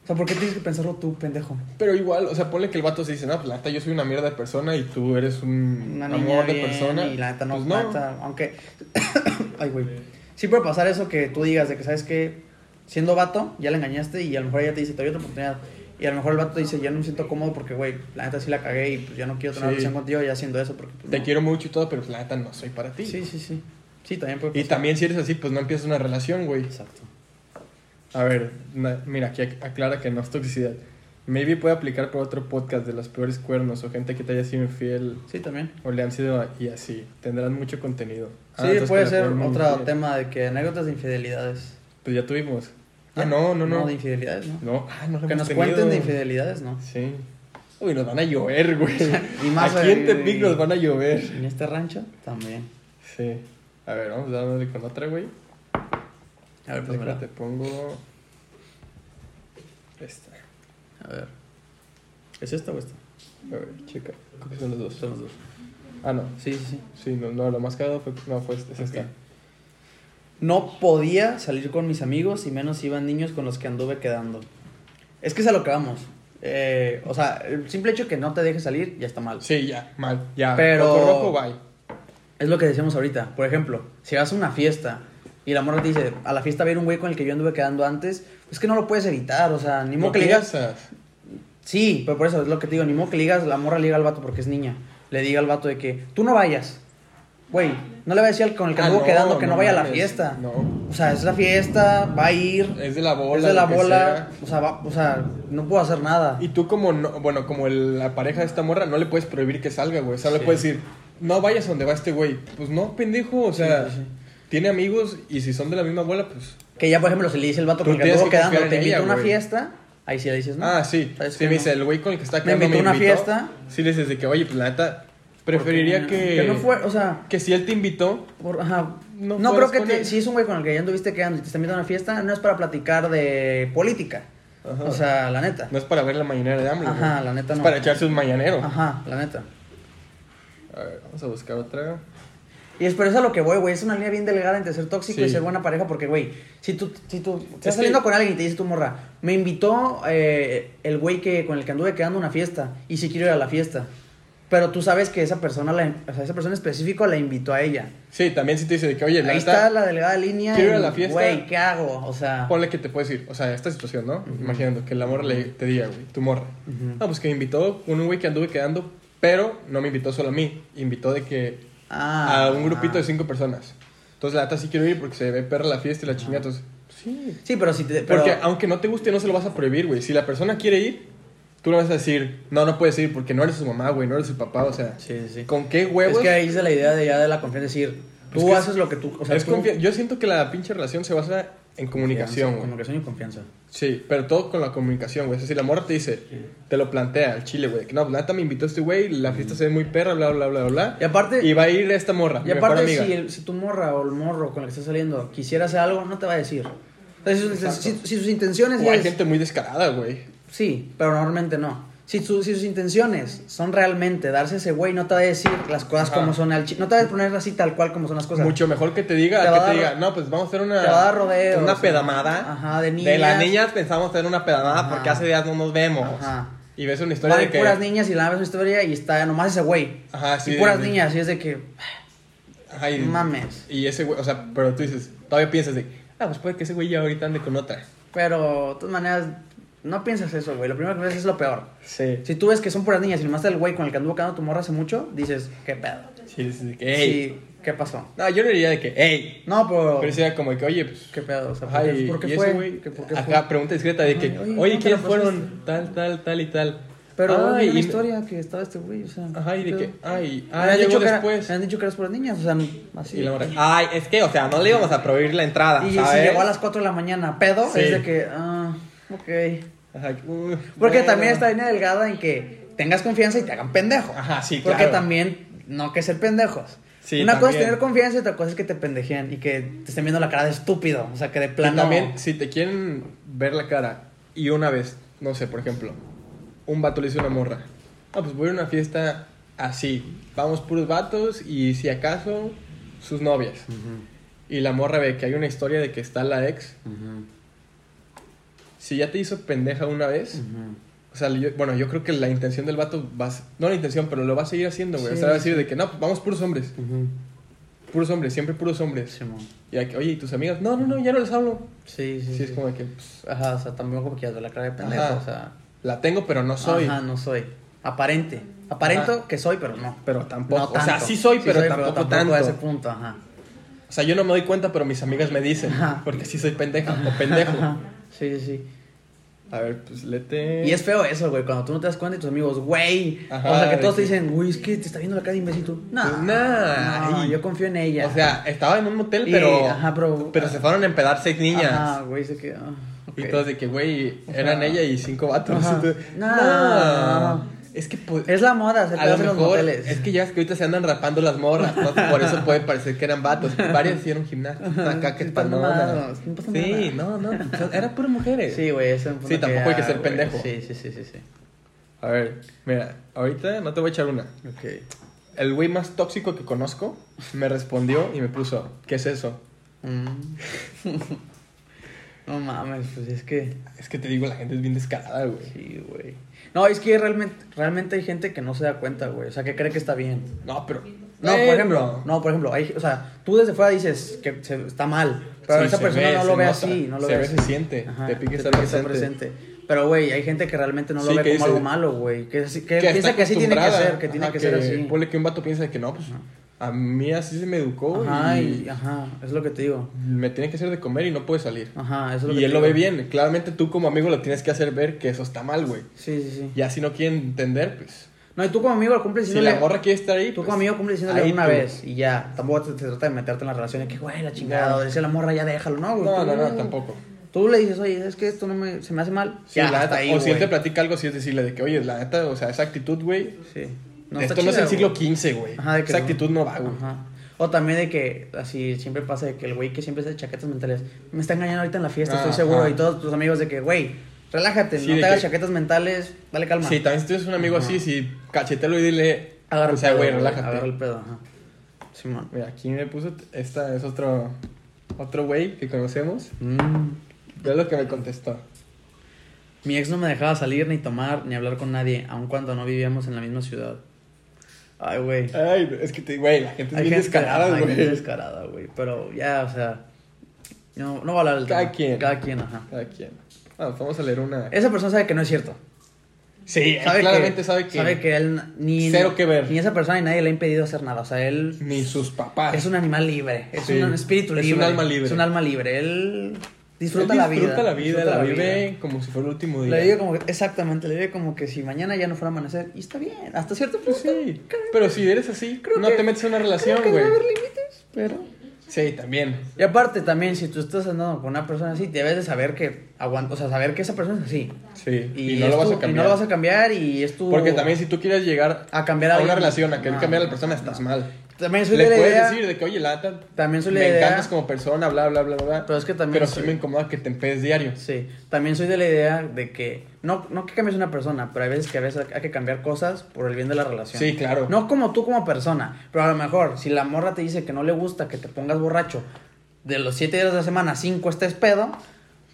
Speaker 2: O sea, ¿por qué tienes que pensarlo tú, pendejo?
Speaker 1: Pero igual, o sea, ponle que el vato se dice, no, pues la neta, yo soy una mierda de persona y tú eres un
Speaker 2: Una niña
Speaker 1: amor de
Speaker 2: bien,
Speaker 1: persona.
Speaker 2: Y la neta no,
Speaker 1: Pues
Speaker 2: la neta, aunque. *coughs* Ay, güey. Sí puede pasar eso que tú digas de que, ¿sabes que Siendo vato, ya la engañaste y a lo mejor ella te dice, te doy otra oportunidad. Y a lo mejor el vato te dice, ya no me siento cómodo porque, güey, la neta sí la cagué y pues ya no quiero tener
Speaker 1: Sí.
Speaker 2: relación contigo ya haciendo eso porque... pues,
Speaker 1: Te
Speaker 2: no".
Speaker 1: quiero mucho y todo, pero pues, la neta no soy para ti.
Speaker 2: Sí, sí, sí. Sí, también puede
Speaker 1: Y
Speaker 2: pasar.
Speaker 1: también si eres así, pues no empiezas una relación, güey.
Speaker 2: Exacto.
Speaker 1: A ver, na- mira, aquí ac- aclara que no es toxicidad. Maybe puede aplicar para otro podcast de los peores cuernos o gente que te haya sido infiel
Speaker 2: Sí, también.
Speaker 1: o le han sido a- y así. Tendrán mucho contenido. Ah,
Speaker 2: Sí,
Speaker 1: entonces
Speaker 2: puede
Speaker 1: que la
Speaker 2: ser
Speaker 1: peor muy
Speaker 2: otro
Speaker 1: infiel.
Speaker 2: tema de que anécdotas de infidelidades.
Speaker 1: Pues ya tuvimos. Ah,
Speaker 2: ¿Ya?
Speaker 1: no, no, no.
Speaker 2: de infidelidades, ¿no?
Speaker 1: No, ah, no lo
Speaker 2: que
Speaker 1: hemos
Speaker 2: nos
Speaker 1: tenido.
Speaker 2: cuenten de infidelidades, ¿no?
Speaker 1: Sí. Uy, nos van a llover, *laughs* güey.
Speaker 2: Y más
Speaker 1: Aquí en
Speaker 2: ahí-
Speaker 1: Tepic nos van a llover.
Speaker 2: En este rancho también.
Speaker 1: Sí. A ver, vamos dándole con otra, güey.
Speaker 2: A ver,
Speaker 1: Déjate,
Speaker 2: pues, mira.
Speaker 1: te pongo... Esta.
Speaker 2: A ver. ¿Es esta o esta?
Speaker 1: A ver, checa. Creo que son los dos.
Speaker 2: Son las dos.
Speaker 1: Ah, no.
Speaker 2: Sí, sí, sí.
Speaker 1: Sí, no, no, lo más cagado fue. No, fue este, es
Speaker 2: Ok.
Speaker 1: esta.
Speaker 2: No podía salir con mis amigos y menos iban niños con los que anduve quedando. Es que es a lo que vamos. Eh, o sea, el simple hecho que no te dejes salir ya está mal.
Speaker 1: Sí, ya, mal. Ya.
Speaker 2: Pero-
Speaker 1: Foco rojo, bye.
Speaker 2: Es lo que decíamos ahorita. Por ejemplo, si vas a una fiesta y la morra te dice, a la fiesta va a ir un güey con el que yo anduve quedando antes, es que no lo puedes evitar. O sea, ni modo
Speaker 1: ¿Lo
Speaker 2: que le digas.
Speaker 1: piensas?
Speaker 2: Sí, pero por eso es lo que te digo, ni modo que le digas, la morra le diga al vato porque es niña. Le diga al vato de que tú no vayas. Güey, no le va a decir al con el que
Speaker 1: Ah,
Speaker 2: anduvo quedando que no, vaya a la
Speaker 1: mames,
Speaker 2: fiesta.
Speaker 1: No.
Speaker 2: O sea, es la fiesta, va a ir,
Speaker 1: Es de la bola.
Speaker 2: es de la
Speaker 1: lo que
Speaker 2: bola, o sea, va- o sea, no puedo hacer nada.
Speaker 1: sea. Y tú, como no, bueno, como el- la pareja de esta morra, no le puedes prohibir que salga, güey. O sea, le
Speaker 2: Sí.
Speaker 1: puedes decir, no vayas a donde va este güey. Pues no, pendejo. O sea,
Speaker 2: sí, sí.
Speaker 1: tiene amigos y si son de la misma bola, pues.
Speaker 2: Que ya, por ejemplo, si le dice el vato
Speaker 1: Tú
Speaker 2: con el que
Speaker 1: tienes
Speaker 2: anduvo
Speaker 1: que
Speaker 2: quedando,
Speaker 1: confiar
Speaker 2: te
Speaker 1: en
Speaker 2: invito a
Speaker 1: ella,
Speaker 2: una
Speaker 1: güey.
Speaker 2: fiesta, ahí sí le dices, no.
Speaker 1: Ah, sí.
Speaker 2: ¿Sabes
Speaker 1: Sí,
Speaker 2: que
Speaker 1: me
Speaker 2: no?
Speaker 1: dice el güey con el que está
Speaker 2: Me
Speaker 1: quedando.
Speaker 2: invitó a una fiesta.
Speaker 1: Sí, le dices de que, oye, pues la neta, preferiría
Speaker 2: Porque-
Speaker 1: que.
Speaker 2: no fue, o sea,
Speaker 1: Que si él te invitó,
Speaker 2: por- ajá,
Speaker 1: No
Speaker 2: no,
Speaker 1: fueras
Speaker 2: creo que
Speaker 1: con
Speaker 2: te-
Speaker 1: él.
Speaker 2: si es un güey con el que ya anduviste quedando y te está invitando a una fiesta, no es para platicar de política.
Speaker 1: Ajá.
Speaker 2: O sea, la neta.
Speaker 1: no es para ver la mañanera de AMLO.
Speaker 2: Ajá,
Speaker 1: güey.
Speaker 2: la neta
Speaker 1: Es
Speaker 2: no.
Speaker 1: para echarse un mañanero.
Speaker 2: Ajá, la neta.
Speaker 1: A ver, vamos a buscar otra.
Speaker 2: Y es por eso a lo que voy, güey. Es una línea bien delgada entre ser tóxico y
Speaker 1: Sí.
Speaker 2: ser buena pareja, porque, güey, si tú, si tú
Speaker 1: Es
Speaker 2: estás
Speaker 1: que-
Speaker 2: saliendo con alguien y te dice tu morra, me invitó eh, el güey que, con el que anduve quedando a una fiesta y si quiero ir a la fiesta. Pero tú sabes que esa persona, la, o sea, esa persona específica la invitó a ella.
Speaker 1: Sí, también si te dice de que, oye, la
Speaker 2: Ahí
Speaker 1: neta,
Speaker 2: está la delgada línea.
Speaker 1: quiero ir a
Speaker 2: en,
Speaker 1: la fiesta.
Speaker 2: Güey, ¿qué hago? O sea,
Speaker 1: ponle que te puedes ir. O sea, esta situación, ¿no? Imaginando que la morra le, te diga, güey, tu morra. No, pues que me invitó con un güey que anduve quedando, pero no me invitó solo a mí. Invitó de que
Speaker 2: ah,
Speaker 1: a un grupito
Speaker 2: ah.
Speaker 1: de cinco personas. Entonces, la neta sí quiero ir porque se ve perra la fiesta y la chingada. Entonces, sí.
Speaker 2: Sí, pero si te. Pero,
Speaker 1: Porque aunque no te guste, no se lo vas a prohibir, güey. Si la persona quiere ir, tú le vas a decir, no, no puedes ir porque no eres su mamá, güey, no eres su papá. O sea,
Speaker 2: Sí, sí, sí.
Speaker 1: ¿con qué
Speaker 2: es
Speaker 1: huevos?
Speaker 2: que ahí es de la idea de ya de la confianza, es decir, tú
Speaker 1: que es-
Speaker 2: haces lo que tú. O sea,
Speaker 1: Es
Speaker 2: tú-
Speaker 1: confia- Yo siento que la pinche relación se basa en comunicación, güey.
Speaker 2: Comunicación y confianza.
Speaker 1: Sí, pero todo con la comunicación, güey. Es decir, la morra te dice, te lo plantea al chile, güey. que No, la neta me invitó este güey, la fiesta se ve muy perra, bla, bla, bla, bla.
Speaker 2: Y aparte.
Speaker 1: Y va a ir esta morra, mi
Speaker 2: Mm. Y
Speaker 1: mejor
Speaker 2: aparte,
Speaker 1: amiga.
Speaker 2: si, el- si tu morra o el morro con el que estás saliendo quisiera hacer algo, no te va a decir. Entonces, si, si- si sus intenciones
Speaker 1: O hay
Speaker 2: es-
Speaker 1: gente muy descarada, güey.
Speaker 2: Sí, pero normalmente no. Si, su- si sus intenciones son realmente darse ese güey, no te va a decir las cosas
Speaker 1: Ajá.
Speaker 2: como son al chi- No te va a poner así tal cual como son las cosas.
Speaker 1: Mucho mejor que te diga,
Speaker 2: te
Speaker 1: a
Speaker 2: va
Speaker 1: que
Speaker 2: a
Speaker 1: te
Speaker 2: dar-
Speaker 1: diga, no, pues vamos a hacer una,
Speaker 2: te va a dar rodeos,
Speaker 1: una
Speaker 2: ajá.
Speaker 1: pedamada.
Speaker 2: Ajá, de
Speaker 1: De las
Speaker 2: niñas.
Speaker 1: niñas pensamos hacer una pedamada
Speaker 2: Ajá.
Speaker 1: porque hace días no nos vemos.
Speaker 2: Ajá.
Speaker 1: Y ves una historia
Speaker 2: Van
Speaker 1: de que...
Speaker 2: puras niñas y la ves una historia y está nomás ese güey.
Speaker 1: Ajá, sí,
Speaker 2: Y puras
Speaker 1: de- de-
Speaker 2: niñas, y es de que.
Speaker 1: Ajá, y-
Speaker 2: Mames.
Speaker 1: Y ese güey, o sea, pero tú dices, todavía piensas de, ah, pues puede que ese güey ya ahorita ande con otra.
Speaker 2: Pero de todas maneras, no piensas eso, güey. Lo primero que ves es lo peor.
Speaker 1: Sí.
Speaker 2: Si tú ves que son puras niñas y nomás está el güey con el que anduvo quedando tu morra hace mucho, dices, ¿qué pedo?
Speaker 1: Sí, sí, de que, "Ey".
Speaker 2: Sí, ¿qué pasó?
Speaker 1: No, yo no diría de que, hey.
Speaker 2: No, pero...
Speaker 1: Pero sería como de que, oye, pues.
Speaker 2: ¿Qué pedo? O sea,
Speaker 1: Ajá, y-
Speaker 2: ¿por qué
Speaker 1: y ese
Speaker 2: fue?
Speaker 1: güey,
Speaker 2: ¿Qué- por qué
Speaker 1: Ajá,
Speaker 2: fue?
Speaker 1: pregunta discreta de que,
Speaker 2: Ay, oye,
Speaker 1: oye,
Speaker 2: ¿cómo te
Speaker 1: ¿quiénes
Speaker 2: la
Speaker 1: fueron? Tal, tal, tal y tal.
Speaker 2: Pero
Speaker 1: Ah,
Speaker 2: hay una
Speaker 1: y-
Speaker 2: historia que estaba este güey, o sea...
Speaker 1: Ajá, y
Speaker 2: ¿qué
Speaker 1: de que,
Speaker 2: pedo?
Speaker 1: ay,
Speaker 2: Me
Speaker 1: ah,
Speaker 2: han
Speaker 1: llegó
Speaker 2: dicho que era-
Speaker 1: después.
Speaker 2: me han dicho que eras puras niñas, o sea, así.
Speaker 1: Y la morra, ay, es que, o sea, no le íbamos a prohibir la entrada,
Speaker 2: Y si
Speaker 1: ¿sabes?
Speaker 2: llegó a las 4 de la mañana, pedo,
Speaker 1: Sí.
Speaker 2: es de que, ah, ok.
Speaker 1: Ajá, uh,
Speaker 2: Porque
Speaker 1: bueno.
Speaker 2: también está línea delgada en que tengas confianza y te hagan pendejo.
Speaker 1: Ajá, sí,
Speaker 2: Porque
Speaker 1: claro.
Speaker 2: también no que ser pendejos.
Speaker 1: Sí,
Speaker 2: Una cosa es
Speaker 1: también.
Speaker 2: tener confianza y otra cosa es que te pendejean y que te estén viendo la cara de estúpido. O sea, que de
Speaker 1: Y
Speaker 2: plano.
Speaker 1: también, si te quieren ver la cara y una vez, no sé, por ejemplo, un vato le dice a una morra, ah, pues voy a una fiesta así, vamos puros vatos y si acaso sus novias. Y la morra ve que hay una historia de que está la ex. Si ya te hizo pendeja una vez, o sea, yo- bueno, yo creo que la intención del vato va a s- no la intención, pero lo va a seguir haciendo, güey. o
Speaker 2: Sí,
Speaker 1: sea, va a decir de que no, pues vamos puros hombres, puros hombres, siempre puros hombres.
Speaker 2: Simón.
Speaker 1: Y de que, oye, ¿y tus amigas? No, no, no, ya no les hablo.
Speaker 2: Sí, sí.
Speaker 1: Sí,
Speaker 2: sí.
Speaker 1: es como de que pues,
Speaker 2: Ajá, o sea, también como que ya de la cara de pendejo.
Speaker 1: Ajá.
Speaker 2: O sea,
Speaker 1: la tengo, pero no soy.
Speaker 2: Ajá, no soy. Aparente. Aparento que soy, pero no.
Speaker 1: Pero tampoco.
Speaker 2: No
Speaker 1: o sea,
Speaker 2: tanto.
Speaker 1: sí soy, pero, tampoco,
Speaker 2: a ese
Speaker 1: tanto.
Speaker 2: punto, ajá.
Speaker 1: O sea, yo no me doy cuenta, pero mis amigas me dicen.
Speaker 2: Ajá.
Speaker 1: Porque sí soy pendeja o pendejo.
Speaker 2: Ajá. Sí, sí, sí.
Speaker 1: A ver, pues lete.
Speaker 2: Y es feo eso, güey, cuando tú no te das cuenta y tus amigos, güey.
Speaker 1: Ajá,
Speaker 2: o sea, que
Speaker 1: de
Speaker 2: todos te
Speaker 1: que- Pues,
Speaker 2: dicen, güey, es que te está viendo la cara de imbécil tú. No,
Speaker 1: Nah,
Speaker 2: no,
Speaker 1: ay.
Speaker 2: yo confío en ella.
Speaker 1: O sea, estaba en un motel,
Speaker 2: Y-
Speaker 1: pero.
Speaker 2: ajá, pero- ah,
Speaker 1: pero se fueron a empedar seis niñas.
Speaker 2: Ajá, güey, se que ah, ok.
Speaker 1: Y todos de que, güey,
Speaker 2: Ajá.
Speaker 1: eran ella y cinco vatos.
Speaker 2: Ajá.
Speaker 1: Y tú,
Speaker 2: Nah.
Speaker 1: nah. Es que pues,
Speaker 2: Es la moda, se
Speaker 1: a lo
Speaker 2: pasa en los
Speaker 1: mejor
Speaker 2: moteles.
Speaker 1: es que ya es que ahorita se andan rapando las morras, ¿no?
Speaker 2: *laughs*
Speaker 1: por eso puede parecer que eran vatos. Varias hicieron gimnasia acá que
Speaker 2: Sí, están
Speaker 1: espaldonas.
Speaker 2: mamados, no pasa
Speaker 1: Sí, no, no, eran puras mujeres.
Speaker 2: Sí, güey, es un punto
Speaker 1: Sí, tampoco hay que
Speaker 2: ah,
Speaker 1: ser
Speaker 2: güey,
Speaker 1: pendejo.
Speaker 2: Sí, sí, sí, sí, sí.
Speaker 1: A ver, mira, ahorita no te voy a echar una.
Speaker 2: Ok.
Speaker 1: El güey más tóxico que conozco me respondió y me puso, ¿qué es eso?
Speaker 2: Mm. *laughs* no mames, pues es que
Speaker 1: Es que te digo, la gente es bien descarada, güey.
Speaker 2: sí, güey. No, es que realmente realmente hay gente que no se da cuenta, güey, o sea, que cree que está bien.
Speaker 1: No, pero... Eh,
Speaker 2: No, por ejemplo, no, por ejemplo, hay, o sea, tú desde fuera dices que se- está mal, pero
Speaker 1: Sí,
Speaker 2: esa
Speaker 1: se
Speaker 2: persona
Speaker 1: ve,
Speaker 2: no
Speaker 1: se
Speaker 2: lo ve
Speaker 1: nota,
Speaker 2: así, no lo
Speaker 1: se
Speaker 2: ve
Speaker 1: ve,
Speaker 2: así.
Speaker 1: se siente, te pica estar presente.
Speaker 2: Pero, güey, hay gente que realmente no lo
Speaker 1: Sí,
Speaker 2: ve
Speaker 1: que
Speaker 2: como
Speaker 1: dice-
Speaker 2: algo malo, güey, que, así- que
Speaker 1: está
Speaker 2: piensa que así tiene que
Speaker 1: acostumbrada,
Speaker 2: ser, que tiene
Speaker 1: ajá,
Speaker 2: que, ser así.
Speaker 1: Ponle que un vato piensa que no, pues a mí así se me educó
Speaker 2: Ajá,
Speaker 1: y,
Speaker 2: y- ajá, es lo que te digo. me
Speaker 1: me tiene que hacer de comer y no puede salir.
Speaker 2: Ajá, eso es lo que
Speaker 1: Y
Speaker 2: te
Speaker 1: él lo ve
Speaker 2: digo.
Speaker 1: bien. Claramente tú como amigo lo tienes que hacer ver que eso está mal, güey.
Speaker 2: Sí, sí, sí.
Speaker 1: Ya si no quieren entender, pues...
Speaker 2: No, y tú como amigo lo cumples
Speaker 1: Si
Speaker 2: diciéndole-
Speaker 1: la morra quiere estar ahí,
Speaker 2: Tú
Speaker 1: pues,
Speaker 2: como amigo cumples diciéndole
Speaker 1: ahí
Speaker 2: una
Speaker 1: tú.
Speaker 2: vez y ya. Tampoco te, te trata de meterte en la relación de que, güey, la chingada,
Speaker 1: No.
Speaker 2: o decía la morra, ya déjalo, ¿no? güey?
Speaker 1: No,
Speaker 2: Tú-
Speaker 1: no, no, tampoco.
Speaker 2: Tú le dices, oye, es que esto no me, se me hace mal.
Speaker 1: Sí,
Speaker 2: ya,
Speaker 1: la neta,
Speaker 2: hasta ahí,
Speaker 1: o si él
Speaker 2: güey.
Speaker 1: te platica algo, sí es decirle de que, oye, la neta, o sea, esa actitud, güey.
Speaker 2: Sí.
Speaker 1: esto
Speaker 2: está
Speaker 1: no es el
Speaker 2: chida,
Speaker 1: siglo
Speaker 2: güey.
Speaker 1: XV, güey.
Speaker 2: Ajá, de que
Speaker 1: Esa actitud no va, güey.
Speaker 2: Ajá. O también de que, así, siempre pasa de que el güey que siempre hace chaquetas mentales, me está engañando ahorita en la fiesta, estoy
Speaker 1: Ajá.
Speaker 2: seguro. Y todos tus amigos de que, güey, relájate,
Speaker 1: Sí,
Speaker 2: no
Speaker 1: de
Speaker 2: te hagas
Speaker 1: que-
Speaker 2: chaquetas mentales, dale calma.
Speaker 1: Sí, también si tienes un amigo así, si cachetelo y dile, o
Speaker 2: Agarra el
Speaker 1: sea,
Speaker 2: pedo,
Speaker 1: güey,
Speaker 2: Agarra
Speaker 1: relájate.
Speaker 2: el pedo, ajá. Simón.
Speaker 1: Mira, aquí me puso, esta es otro, otro güey que conocemos.
Speaker 2: Mm.
Speaker 1: Ve lo que me contestó.
Speaker 2: Mi ex no me dejaba salir, ni tomar, ni hablar con nadie, aun cuando no vivíamos en la misma ciudad. Ay, güey.
Speaker 1: Ay, es que, te, güey, la gente es bien descarada,
Speaker 2: ay, gente
Speaker 1: güey.
Speaker 2: descarada, güey. Pero ya, o sea. No, no va a hablar del
Speaker 1: Cada
Speaker 2: tema.
Speaker 1: quien.
Speaker 2: Cada quien, ajá.
Speaker 1: Cada quien. Ah, vamos a leer una.
Speaker 2: Esa persona sabe que no es cierto.
Speaker 1: Sí, él
Speaker 2: Eh, Sabe
Speaker 1: claramente
Speaker 2: que,
Speaker 1: sabe que
Speaker 2: Sabe que él ni.
Speaker 1: Cero que ver.
Speaker 2: Ni esa persona ni nadie le ha impedido hacer nada. O sea, él
Speaker 1: ni sus papás.
Speaker 2: es un animal libre. Es
Speaker 1: Ah. Sí.
Speaker 2: un espíritu
Speaker 1: Es un
Speaker 2: libre.
Speaker 1: alma libre.
Speaker 2: Es un alma libre. Él disfruta,
Speaker 1: Él
Speaker 2: la vida.
Speaker 1: Disfruta la vida,
Speaker 2: disfruta
Speaker 1: la vive como si fuera el último día.
Speaker 2: Le vive como. Exactamente, le vive como que si mañana ya no fuera a amanecer. Y está bien, hasta cierto punto.
Speaker 1: Pues sí, pero si eres así,
Speaker 2: Creo
Speaker 1: no
Speaker 2: que-
Speaker 1: te metes en una
Speaker 2: Creo
Speaker 1: relación,
Speaker 2: que
Speaker 1: güey.
Speaker 2: debe haber límites, pero.
Speaker 1: Sí, también.
Speaker 2: Y aparte también, si tú estás andando con una persona así, debes de saber que aguanta, o sea, saber que esa persona es así.
Speaker 1: Sí, y,
Speaker 2: es
Speaker 1: no lo vas
Speaker 2: tu-
Speaker 1: a
Speaker 2: Y
Speaker 1: cambiar.
Speaker 2: no lo vas a cambiar y es tu...
Speaker 1: Porque también si tú quieres llegar
Speaker 2: A cambiar a
Speaker 1: una
Speaker 2: alguien.
Speaker 1: relación, a querer
Speaker 2: No.
Speaker 1: cambiar a la persona, estás mal.
Speaker 2: También soy
Speaker 1: Le
Speaker 2: de la
Speaker 1: puedes
Speaker 2: Ah. idea,
Speaker 1: decir de que, oye, lata,
Speaker 2: También soy de
Speaker 1: me
Speaker 2: la idea-
Speaker 1: encantas como persona, bla, bla, bla, bla.
Speaker 2: Pero es que también
Speaker 1: Pero
Speaker 2: soy-
Speaker 1: sí me incomoda que te empedes diario.
Speaker 2: Sí, también soy de la idea de que... No, no que cambies una persona, pero hay veces que a veces hay que cambiar cosas por el bien de la relación.
Speaker 1: Sí, claro.
Speaker 2: No como tú como persona, pero a lo mejor si la morra te dice que no le gusta que te pongas borracho, de los siete días de la semana, cinco estés pedo,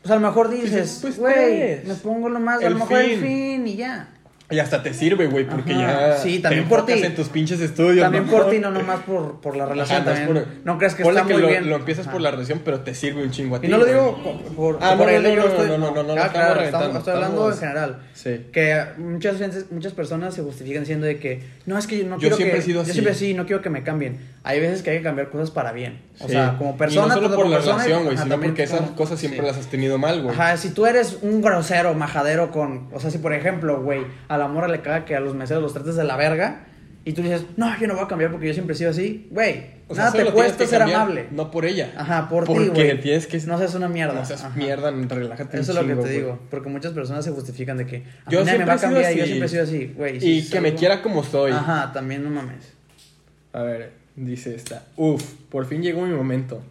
Speaker 2: pues a lo mejor dices,
Speaker 1: Dices, pues,
Speaker 2: güey,
Speaker 1: tres.
Speaker 2: me pongo lo más, a
Speaker 1: El
Speaker 2: lo mejor el
Speaker 1: fin".
Speaker 2: fin y ya.
Speaker 1: Y hasta te sirve, güey, porque
Speaker 2: Ajá.
Speaker 1: ya
Speaker 2: Sí,
Speaker 1: te
Speaker 2: también por ti.
Speaker 1: enfocas en tus pinches estudios.
Speaker 2: También
Speaker 1: ¿no?
Speaker 2: por ti, no nomás por, por la
Speaker 1: Ajá,
Speaker 2: relación
Speaker 1: no es
Speaker 2: también.
Speaker 1: por-
Speaker 2: No creas que
Speaker 1: ponle
Speaker 2: está muy
Speaker 1: lo,
Speaker 2: bien.
Speaker 1: lo empiezas por
Speaker 2: Ajá.
Speaker 1: la relación, pero te sirve un chingo a ti.
Speaker 2: Y no lo
Speaker 1: güey.
Speaker 2: digo por, por,
Speaker 1: Ah,
Speaker 2: por
Speaker 1: no,
Speaker 2: él,
Speaker 1: no,
Speaker 2: yo
Speaker 1: no,
Speaker 2: estoy-
Speaker 1: no, no, no, no,
Speaker 2: Ah,
Speaker 1: lo estamos
Speaker 2: claro,
Speaker 1: reventando,
Speaker 2: estamos- estoy hablando en
Speaker 1: estamos-
Speaker 2: general.
Speaker 1: Sí.
Speaker 2: Que muchas veces, muchas personas se justifican diciendo de que no es que yo no
Speaker 1: Yo
Speaker 2: quiero
Speaker 1: siempre
Speaker 2: que,
Speaker 1: he sido
Speaker 2: Yo
Speaker 1: así".
Speaker 2: siempre así, no quiero que me cambien. Hay veces que hay que cambiar cosas para bien. O
Speaker 1: Sí.
Speaker 2: sea, como persona,
Speaker 1: Y no solo
Speaker 2: tanto
Speaker 1: por la
Speaker 2: persona y-
Speaker 1: relación, güey,
Speaker 2: ajá,
Speaker 1: sino
Speaker 2: también
Speaker 1: porque esas
Speaker 2: como-
Speaker 1: cosas siempre
Speaker 2: sí.
Speaker 1: las has tenido mal, güey.
Speaker 2: Ajá, si tú eres un grosero, majadero con. O sea, si por ejemplo, güey, a la mora le caga que a los meseros los trates de la verga. Y tú dices, no, yo no voy a cambiar porque yo siempre he sido así. Güey,
Speaker 1: O sea, solo
Speaker 2: nada te
Speaker 1: tienes
Speaker 2: cuesta
Speaker 1: que
Speaker 2: ser
Speaker 1: cambiar,
Speaker 2: amable.
Speaker 1: No por ella.
Speaker 2: Ajá, por ti,
Speaker 1: porque
Speaker 2: güey.
Speaker 1: tienes que.
Speaker 2: No seas una mierda.
Speaker 1: No seas
Speaker 2: Ajá.
Speaker 1: mierda, relájate. un
Speaker 2: Eso es lo que
Speaker 1: chingo,
Speaker 2: te
Speaker 1: güey.
Speaker 2: digo. Porque muchas personas se justifican de que. A
Speaker 1: Yo
Speaker 2: mí nadie me
Speaker 1: siempre
Speaker 2: va a
Speaker 1: he sido
Speaker 2: cambiar. Yo
Speaker 1: así.
Speaker 2: siempre he sido así, güey. si
Speaker 1: Y
Speaker 2: es
Speaker 1: que me
Speaker 2: algo-
Speaker 1: quiera como soy.
Speaker 2: Ajá, también no mames.
Speaker 1: A ver, dice esta. Uf, por fin llegó mi momento.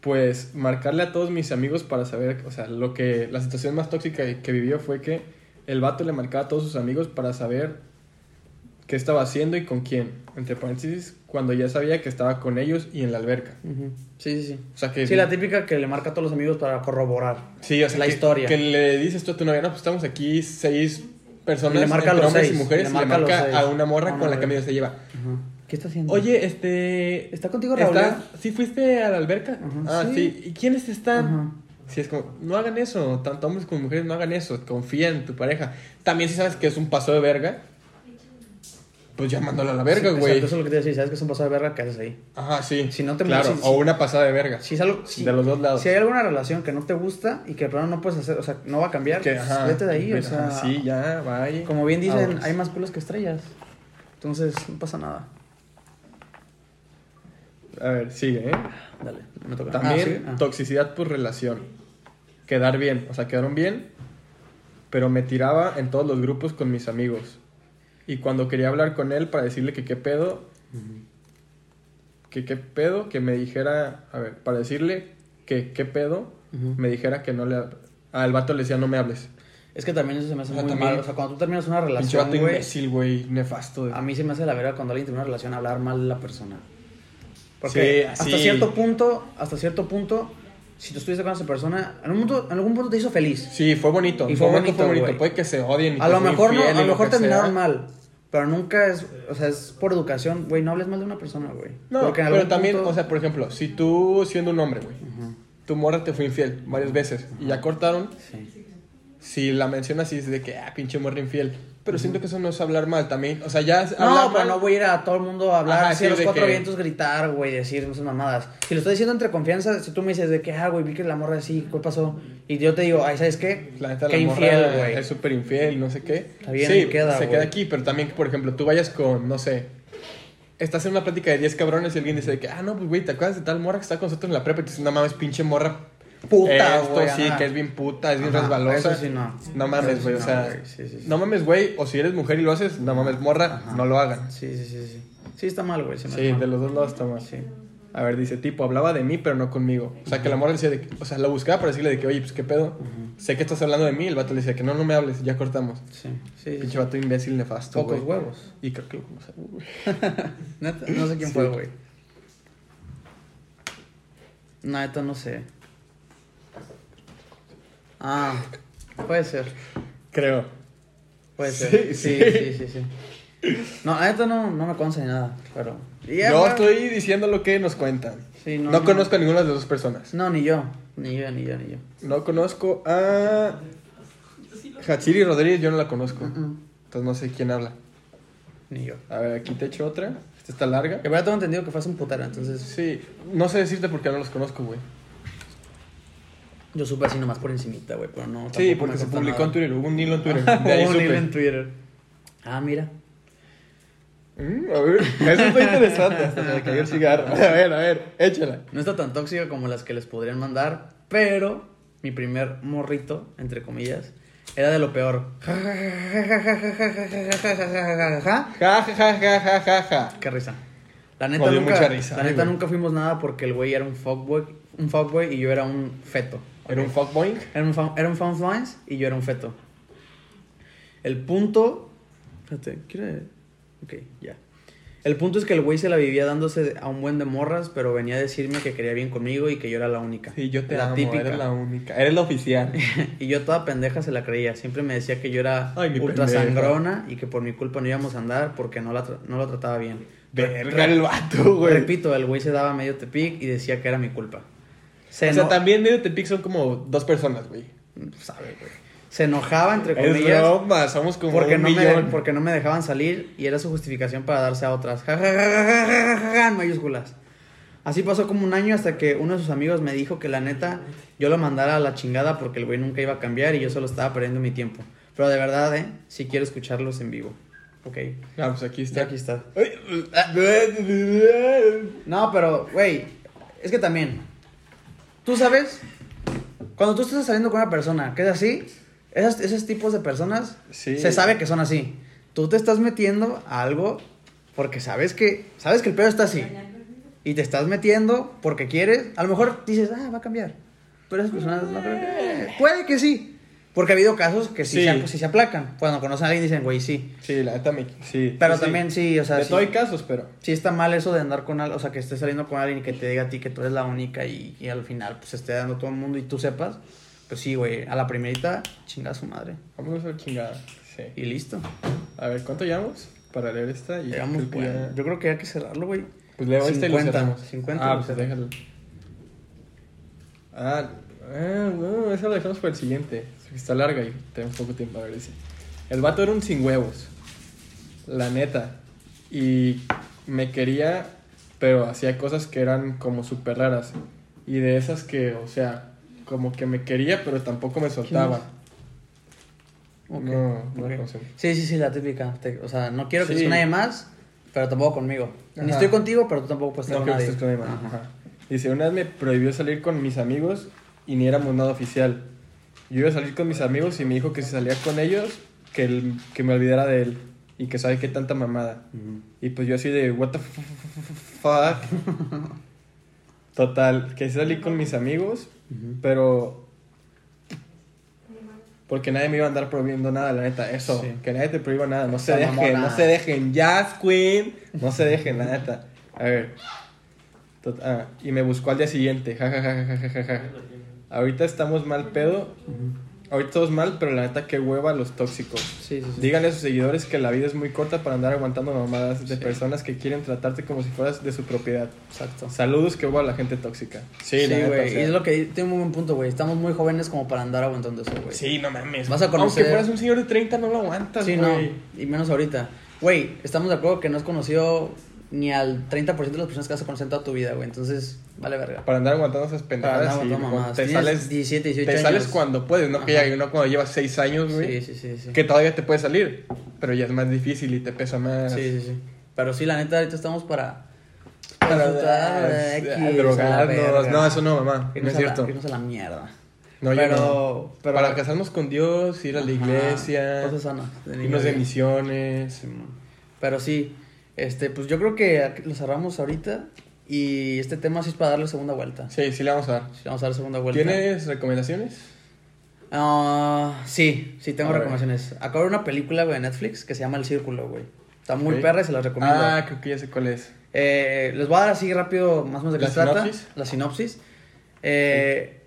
Speaker 1: Pues marcarle a todos mis amigos para saber, o sea, lo que la situación más tóxica que- que vivió fue que el vato le marcaba a todos sus amigos para saber qué estaba haciendo y con quién. Entre paréntesis, cuando ya sabía que estaba con ellos y en la alberca.
Speaker 2: Sí, sí, sí.
Speaker 1: O sea que
Speaker 2: Sí, la típica que le marca a todos los amigos para corroborar.
Speaker 1: Sí, o sea,
Speaker 2: la
Speaker 1: que-
Speaker 2: historia.
Speaker 1: Que le dices tú a tu novia, no, pues estamos aquí seis personas,
Speaker 2: Le marca a
Speaker 1: entre
Speaker 2: los
Speaker 1: hombres
Speaker 2: seis,
Speaker 1: y mujeres,
Speaker 2: le
Speaker 1: y le
Speaker 2: marca a los
Speaker 1: marca
Speaker 2: seis.
Speaker 1: a una morra
Speaker 2: A una
Speaker 1: con la que
Speaker 2: morra.
Speaker 1: medio se lleva.
Speaker 2: Ajá. ¿Qué está haciendo?
Speaker 1: Oye, este...
Speaker 2: ¿Está contigo Raúl?
Speaker 1: ¿Estás- ¿Sí fuiste a la alberca?
Speaker 2: Ajá.
Speaker 1: Ah,
Speaker 2: Sí.
Speaker 1: sí. ¿Y quiénes
Speaker 2: Ajá.
Speaker 1: están? Sí, es como, no hagan eso, tanto hombres como mujeres no hagan eso, confía en tu pareja. También si sabes que es un paso de verga, pues llamándola a la verga,
Speaker 2: Sí,
Speaker 1: güey.
Speaker 2: exacto, Eso es lo que te decía. ¿Sabes que es un pasado de verga? ¿Qué haces ahí?
Speaker 1: Ajá, sí.
Speaker 2: Si no te
Speaker 1: Claro,
Speaker 2: si- si-
Speaker 1: o una pasada de verga.
Speaker 2: Si es algo. Si,
Speaker 1: De los dos lados.
Speaker 2: Si hay alguna relación que no te gusta y que de plano no puedes hacer, o sea, no va a cambiar,
Speaker 1: Que,
Speaker 2: pues,
Speaker 1: ajá,
Speaker 2: vete de ahí, o
Speaker 1: vete,
Speaker 2: sea.
Speaker 1: ajá, Sí, ya, bye.
Speaker 2: Como bien dicen,
Speaker 1: Vámonos.
Speaker 2: hay más culos que estrellas. Entonces, no pasa nada.
Speaker 1: A ver, sigue, ¿eh?
Speaker 2: Dale, me toca.
Speaker 1: También
Speaker 2: Ah, ¿sí? Ah.
Speaker 1: toxicidad por relación. Quedar bien, o sea, quedaron bien, pero me tiraba en todos los grupos con mis amigos. Y cuando quería hablar con él para decirle que qué pedo, que qué pedo, que me dijera, a ver, para decirle que qué pedo,
Speaker 2: Ujú.
Speaker 1: me dijera que no le... hab- Al vato le decía no me hables.
Speaker 2: Es que también eso se me hace
Speaker 1: O sea,
Speaker 2: muy
Speaker 1: también-
Speaker 2: mal. O sea, cuando tú terminas una
Speaker 1: Pinche
Speaker 2: relación,
Speaker 1: vato
Speaker 2: güey,
Speaker 1: imbécil, güey, nefasto.
Speaker 2: a mí se me hace la verga cuando alguien termina una relación hablar mal de la persona.
Speaker 1: Sí,
Speaker 2: Porque hasta
Speaker 1: sí.
Speaker 2: cierto punto, hasta cierto punto, si tú estuviste con esa persona, en, un punto, en algún punto te hizo feliz.
Speaker 1: Sí, fue bonito.
Speaker 2: Y
Speaker 1: en
Speaker 2: fue
Speaker 1: su momento
Speaker 2: bonito,
Speaker 1: fue bonito.
Speaker 2: güey.
Speaker 1: Puede que se odien. y
Speaker 2: A
Speaker 1: que
Speaker 2: lo
Speaker 1: sean
Speaker 2: mejor no,
Speaker 1: infieles
Speaker 2: a
Speaker 1: pues, y
Speaker 2: lo mejor
Speaker 1: que sea.
Speaker 2: terminaron mal. Pero nunca es, o sea, es por educación, güey, no hables mal de una persona, güey.
Speaker 1: No,
Speaker 2: Porque en
Speaker 1: pero
Speaker 2: algún
Speaker 1: también,
Speaker 2: punto-
Speaker 1: o sea, por ejemplo, si tú siendo un hombre, güey, tu morra te fue infiel varias veces y ya cortaron,
Speaker 2: Sí.
Speaker 1: si la mencionas y dices de que, ah, pinche morra infiel. Pero siento que eso no es hablar mal también. O sea, ya es hablar
Speaker 2: No, pero
Speaker 1: mal-
Speaker 2: no voy a ir a todo el mundo a hablar
Speaker 1: Ajá,
Speaker 2: así
Speaker 1: sí,
Speaker 2: a los
Speaker 1: de
Speaker 2: cuatro
Speaker 1: que-
Speaker 2: vientos, gritar, güey, decir esas mamadas. Si lo estoy diciendo entre confianza, si tú me dices de que, ah, güey, vi que la morra así, ¿qué pasó? Y yo te digo, ay, ¿sabes qué?
Speaker 1: La neta,
Speaker 2: qué
Speaker 1: la morra
Speaker 2: infiel, güey.
Speaker 1: es súper infiel, no sé qué.
Speaker 2: Está bien,
Speaker 1: sí,
Speaker 2: ahí queda,
Speaker 1: se
Speaker 2: güey.
Speaker 1: queda aquí, pero también que, por ejemplo, tú vayas con, no sé, estás en una plática de 10 cabrones y alguien dice de que, ah, no, pues, güey, ¿te acuerdas de tal morra que está con nosotros en la prepa? Y te dicen, no mames, pinche morra.
Speaker 2: Puta,
Speaker 1: Esto
Speaker 2: güey.
Speaker 1: sí,
Speaker 2: ajá.
Speaker 1: que es bien puta, es bien
Speaker 2: Ajá,
Speaker 1: resbalosa.
Speaker 2: eso sí, no.
Speaker 1: No
Speaker 2: Eso sí,
Speaker 1: mames, güey, o
Speaker 2: no,
Speaker 1: sea,
Speaker 2: güey, sí, sí, sí.
Speaker 1: no mames, güey, o si eres mujer y lo haces, no mames, morra,
Speaker 2: Ajá.
Speaker 1: no lo hagan.
Speaker 2: Sí, sí, sí, sí. Sí, está mal, güey. se me hace
Speaker 1: Sí,
Speaker 2: mal.
Speaker 1: de los dos lados está mal.
Speaker 2: Sí.
Speaker 1: A ver, dice, tipo, hablaba de mí, pero no conmigo. O sea, que la morra le decía, de que- o sea, la buscaba para decirle de que, oye, pues, ¿qué pedo? Sé que estás hablando de mí, el vato le decía que no, no me hables, ya cortamos.
Speaker 2: Sí, sí. sí,
Speaker 1: Pinche
Speaker 2: sí.
Speaker 1: vato imbécil nefasto,
Speaker 2: Pocos
Speaker 1: güey.
Speaker 2: huevos.
Speaker 1: Y creo que lo conoce, güey.
Speaker 2: Neta, no sé quién
Speaker 1: Sí.
Speaker 2: fue, güey. Neta, no sé. Ah, puede ser.
Speaker 1: Creo.
Speaker 2: Puede
Speaker 1: Sí,
Speaker 2: ser. Sí,
Speaker 1: sí.
Speaker 2: sí, sí, sí. No, la neta no, no me consta ni nada, pero... Ya,
Speaker 1: Yo
Speaker 2: güey.
Speaker 1: estoy diciendo lo que nos cuentan.
Speaker 2: Sí, no,
Speaker 1: no,
Speaker 2: no.
Speaker 1: conozco a ninguna de las dos personas.
Speaker 2: No, ni yo. Ni yo, ni yo, ni yo.
Speaker 1: No conozco a... Hachiri Rodríguez, yo no la conozco.
Speaker 2: Mm,
Speaker 1: Entonces no sé quién habla.
Speaker 2: Ni yo.
Speaker 1: A ver, aquí te echo otra. Esta está larga.
Speaker 2: Que verdad tengo entendido que fue un putero, entonces...
Speaker 1: Sí, no sé decirte porque no los conozco, güey.
Speaker 2: Yo supe así nomás por encimita, güey, pero no...
Speaker 1: Sí,
Speaker 2: tampoco
Speaker 1: porque
Speaker 2: me
Speaker 1: se
Speaker 2: consta
Speaker 1: publicó
Speaker 2: nada.
Speaker 1: en Twitter, hubo un hilo en Twitter.
Speaker 2: *laughs*
Speaker 1: *laughs* De ahí
Speaker 2: Hubo un hilo
Speaker 1: supe.
Speaker 2: en Twitter. Ah, mira.
Speaker 1: Mm, a ver, eso está interesante. Hasta *laughs* se me cayó el cigarro. A ver, a ver, échala.
Speaker 2: No está tan tóxica como las que les podrían mandar, pero mi primer morrito, entre comillas, era de lo peor.
Speaker 1: Ja, ja, ja, ja, ja, ja, ja.
Speaker 2: Qué risa. La
Speaker 1: Me
Speaker 2: neta,
Speaker 1: dio
Speaker 2: nunca,
Speaker 1: mucha risa,
Speaker 2: la
Speaker 1: ay,
Speaker 2: neta
Speaker 1: güey.
Speaker 2: nunca fuimos nada porque el güey era un fuckboy, un fuckboy y yo era un feto.
Speaker 1: ¿Era un fuckboy?
Speaker 2: Era un, fan, era un fanflines y yo era un feto. El punto. Espérate, ¿quiere.? Ok, ya. El punto es que el güey se la vivía dándose a un buen de morras, pero venía a decirme que quería bien conmigo y que yo era la única.
Speaker 1: Sí, yo te
Speaker 2: La
Speaker 1: amo,
Speaker 2: típica.
Speaker 1: eres la única. Eres la *laughs* oficial.
Speaker 2: *laughs* y yo toda pendeja se la creía. Siempre me decía que yo era
Speaker 1: Ay, mi
Speaker 2: ultra
Speaker 1: pendeja.
Speaker 2: sangrona y que por mi culpa no íbamos a andar porque no la, tra- no la trataba bien.
Speaker 1: Verga el vato, güey.
Speaker 2: Repito, el güey se daba medio tepic y decía que era mi culpa. Se
Speaker 1: o sea,
Speaker 2: eno- Mm,
Speaker 1: también medio Tepic son como dos personas, güey.
Speaker 2: sabe, güey. Se enojaba, entre
Speaker 1: Es
Speaker 2: comillas,
Speaker 1: broma, somos como
Speaker 2: porque
Speaker 1: un
Speaker 2: no, me,
Speaker 1: millón.
Speaker 2: porque no me dejaban salir y era su justificación para darse a otras. Ja, ja, ja, ja, ja, ja, ja, ja, en mayúsculas. Así pasó como un año hasta que uno de sus amigos me dijo que la neta yo lo mandara a la chingada porque el güey nunca iba a cambiar y yo solo estaba perdiendo mi tiempo. Pero de verdad, ¿eh? Si quiero escucharlos en vivo. Ok.
Speaker 1: Ah, pues aquí está.
Speaker 2: Ya aquí está.
Speaker 1: Ay,
Speaker 2: No, pero, güey, es que también. Tú sabes, cuando tú estás saliendo con una persona que es así, esas- esos tipos de personas
Speaker 1: Sí.
Speaker 2: se sabe que son así. Tú te estás metiendo a algo porque sabes que, sabes que el pedo está así. Y te estás metiendo porque quieres. A lo mejor dices, ah, va a cambiar. Pero esas personas no creo que- Puede que sí. Porque ha habido casos que sí,
Speaker 1: Sí.
Speaker 2: Se, sí se aplacan. Cuando conocen a alguien dicen, güey, sí.
Speaker 1: Sí, la neta, me- sí.
Speaker 2: Pero también sí, o sea,
Speaker 1: De
Speaker 2: sí.
Speaker 1: todo hay casos, pero...
Speaker 2: Sí está mal eso de andar con alguien, o sea, que estés saliendo con alguien y que te diga a ti que tú eres la única y, y al final pues esté dando todo el mundo y tú sepas. Pues sí, güey, a la primerita chinga a su madre.
Speaker 1: Vámonos a la chingada. Sí.
Speaker 2: Y listo.
Speaker 1: A ver, ¿cuánto llevamos para leer esta? Y
Speaker 2: Llegamos,
Speaker 1: creo que
Speaker 2: güey.
Speaker 1: ya-
Speaker 2: Yo creo que hay que cerrarlo, güey.
Speaker 1: Pues leo esta y lo
Speaker 2: 50,
Speaker 1: cerramos.
Speaker 2: 50
Speaker 1: Ah,
Speaker 2: lo
Speaker 1: pues
Speaker 2: cerramos.
Speaker 1: déjalo. Ah, ah, no, esa la dejamos para el siguiente. Está larga y tenemos poco tiempo a ver ese. El vato era un sin huevos. La neta. Y me quería, pero hacía cosas que eran como súper raras. Y de esas que, o sea, como que me quería, pero tampoco me soltaba.
Speaker 2: Ok,
Speaker 1: No, no
Speaker 2: ok.
Speaker 1: la conocemos.
Speaker 2: Sí, sí, sí, la típica. Te- o sea, no quiero
Speaker 1: Sí.
Speaker 2: que estés con nadie más, pero tampoco conmigo. Ni
Speaker 1: Ajá.
Speaker 2: estoy contigo, pero tú tampoco puedes estar
Speaker 1: No
Speaker 2: con
Speaker 1: que
Speaker 2: nadie.
Speaker 1: estés con nadie más.
Speaker 2: Ajá.
Speaker 1: Ajá. Dice, una vez me prohibió salir con mis amigos y ni éramos nada oficial. Yo iba a salir con mis amigos y me dijo que si salía con ellos, que, el- que me olvidara de él. Y que sabe qué tanta mamada.
Speaker 2: Ujú.
Speaker 1: Y pues yo así de, what the f- f- fuck.
Speaker 2: *laughs*
Speaker 1: Total, que sí salí con mis amigos, pero... Porque nadie me iba a andar prohibiendo nada, la neta. Eso,
Speaker 2: Sí.
Speaker 1: que nadie te prohíba nada. No se
Speaker 2: Esa
Speaker 1: dejen,
Speaker 2: mamona.
Speaker 1: no se dejen. Jazz Queen, no se dejen, la neta. A ver. Tot- ah, y me buscó al día siguiente. Ja, ja, ja, ja, ja, ja, ja. Ahorita estamos mal pedo. Ahorita todos mal, pero la neta que hueva los tóxicos.
Speaker 2: Sí, sí, sí.
Speaker 1: Díganle a sus seguidores que la vida es muy corta para andar aguantando mamadas de
Speaker 2: Sí.
Speaker 1: personas que quieren tratarte como si fueras de su propiedad.
Speaker 2: Exacto.
Speaker 1: Saludos que hubo a la gente tóxica.
Speaker 2: Sí,
Speaker 1: la neta,
Speaker 2: güey.
Speaker 1: o sea.
Speaker 2: Y es lo que tiene un muy buen punto, güey. Estamos muy jóvenes como para andar aguantando eso, güey.
Speaker 1: Sí, no mames.
Speaker 2: Vas a conocer-
Speaker 1: Aunque fueras un señor de 30, no lo aguantas,
Speaker 2: Sí,
Speaker 1: güey.
Speaker 2: no, y menos ahorita. Güey, estamos de acuerdo que no has conocido ni al 30% de las personas que has conocido en toda tu vida, güey. Entonces, vale verga.
Speaker 1: Para andar aguantando esas
Speaker 2: Para
Speaker 1: pendejadas.
Speaker 2: andar
Speaker 1: sí,
Speaker 2: aguantando
Speaker 1: güey.
Speaker 2: mamadas.
Speaker 1: te
Speaker 2: Tienes
Speaker 1: sales,
Speaker 2: 17, 18
Speaker 1: te sales
Speaker 2: años.
Speaker 1: cuando puedes, no que
Speaker 2: Ajá.
Speaker 1: ya no cuando llevas 6 años, güey.
Speaker 2: Sí, sí, sí, sí.
Speaker 1: Que todavía te puede salir, pero ya es más difícil y te pesa más.
Speaker 2: Sí, sí, sí. Pero sí, la neta, ahorita estamos para...
Speaker 1: Para
Speaker 2: disfrutar,
Speaker 1: ah,
Speaker 2: X,
Speaker 1: ah,
Speaker 2: a la
Speaker 1: drogarnos.
Speaker 2: verga.
Speaker 1: No, eso no, mamá. No
Speaker 2: Irnos
Speaker 1: es
Speaker 2: a la-
Speaker 1: cierto.
Speaker 2: irnos a la mierda.
Speaker 1: No, yo
Speaker 2: pero,
Speaker 1: no.
Speaker 2: pero...
Speaker 1: Para casarnos con Dios, ir a la
Speaker 2: Ajá,
Speaker 1: iglesia,
Speaker 2: Cosas sanas. de niños
Speaker 1: irnos de misiones.
Speaker 2: Simón. Pero sí, este, pues yo creo que aquí lo cerramos ahorita y este tema sí es para darle segunda vuelta. Sí,
Speaker 1: Sí, sí le vamos a dar.
Speaker 2: vamos a dar segunda vuelta.
Speaker 1: ¿Tienes recomendaciones?
Speaker 2: Ah, sí, sí tengo
Speaker 1: A ver.
Speaker 2: recomendaciones. Acabo de ver una película, güey, de Netflix que se llama El Círculo, güey. Está muy
Speaker 1: Ok.
Speaker 2: perra y se las recomiendo.
Speaker 1: Ah, creo que ya sé cuál es.
Speaker 2: Eh, les voy a dar así rápido más o menos de qué
Speaker 1: ¿La
Speaker 2: se trata.
Speaker 1: sinopsis?
Speaker 2: La sinopsis. Eh,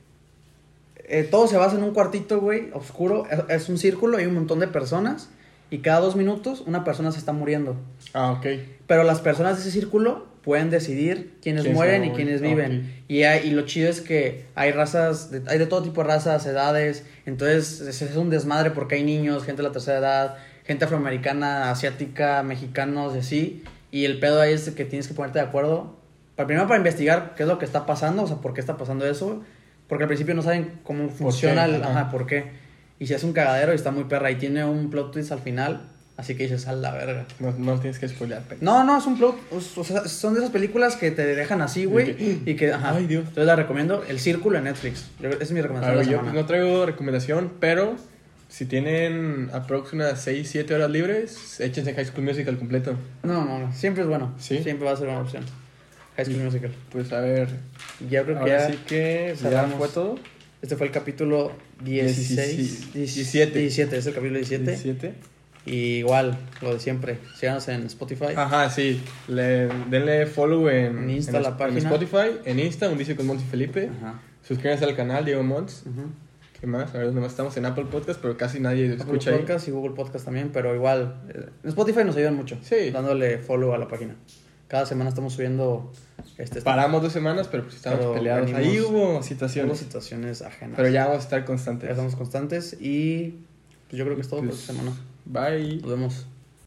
Speaker 2: eh, todo se basa en un cuartito, güey, oscuro. Es, es un círculo, hay un montón de personas y cada dos minutos una persona se está muriendo.
Speaker 1: Ah, ok.
Speaker 2: Pero las personas de ese círculo pueden decidir quiénes
Speaker 1: ¿Quiénes
Speaker 2: mueren
Speaker 1: se
Speaker 2: y quiénes
Speaker 1: mueren?
Speaker 2: viven. Y, hay- y lo chido es que hay razas, de- hay de todo tipo de razas, edades. Entonces es, es un desmadre porque hay niños, gente de la tercera edad, gente afroamericana, asiática, mexicanos y así. Y el pedo ahí es que tienes que ponerte de acuerdo. Para, primero para investigar qué es lo que está pasando, o sea, por qué está pasando eso. Porque al principio no saben cómo funciona el...
Speaker 1: Ajá.
Speaker 2: Ajá, por qué. Y si es un cagadero y está muy perra y tiene un plot twist al final. Así que dices, a la verga.
Speaker 1: No, no tienes que spoilear. pe-
Speaker 2: No, no, es un plot. O sea, son de esas películas que te dejan así,
Speaker 1: Y
Speaker 2: güey.
Speaker 1: que-
Speaker 2: Y que, ajá.
Speaker 1: Ay, Dios.
Speaker 2: Entonces la recomiendo. El Círculo en Netflix. Yo- esa es mi
Speaker 1: A
Speaker 2: recomendación.
Speaker 1: ver,
Speaker 2: de la
Speaker 1: yo
Speaker 2: semana.
Speaker 1: no traigo recomendación, pero si tienen aproximadamente 6, 7 horas libres, échense High School Musical completo.
Speaker 2: No, no, no. Siempre es bueno.
Speaker 1: ¿Sí?
Speaker 2: Siempre va a ser una opción. High School Musical.
Speaker 1: Pues a ver,
Speaker 2: Ya creo que
Speaker 1: ahora
Speaker 2: ya.
Speaker 1: sí que ya
Speaker 2: cerramos.
Speaker 1: fue todo.
Speaker 2: Este fue el capítulo 16.
Speaker 1: Dieciséis- 17.
Speaker 2: 17, es el capítulo 17.
Speaker 1: 17.
Speaker 2: Y igual, lo de siempre. Síganos en Spotify.
Speaker 1: Ajá, sí. Le, denle follow en,
Speaker 2: En Insta
Speaker 1: en
Speaker 2: la
Speaker 1: Sp-
Speaker 2: página.
Speaker 1: En Spotify, en Insta, un dice con Monty Felipe.
Speaker 2: Ajá.
Speaker 1: Suscríbanse al canal, Diego Monts.
Speaker 2: Ujú.
Speaker 1: ¿Qué más? A ver, nomás estamos en Apple Podcast, pero casi nadie lo escucha
Speaker 2: Apple
Speaker 1: ahí.
Speaker 2: Podcast y Google Podcast también, pero igual. eh, En Spotify nos ayudan mucho.
Speaker 1: Sí.
Speaker 2: Dándole follow a la página. Cada semana estamos subiendo este,
Speaker 1: Paramos dos semanas, pero pues estábamos
Speaker 2: Pero
Speaker 1: peleados.
Speaker 2: venimos-
Speaker 1: Ahí hubo
Speaker 2: subiendo
Speaker 1: situaciones.
Speaker 2: situaciones ajenas.
Speaker 1: Pero ya vamos a estar
Speaker 2: Ya
Speaker 1: constantes.
Speaker 2: estamos constantes y pues, yo creo que es todo por
Speaker 1: Pues,
Speaker 2: esta semana.
Speaker 1: Bye.
Speaker 2: Nos vemos.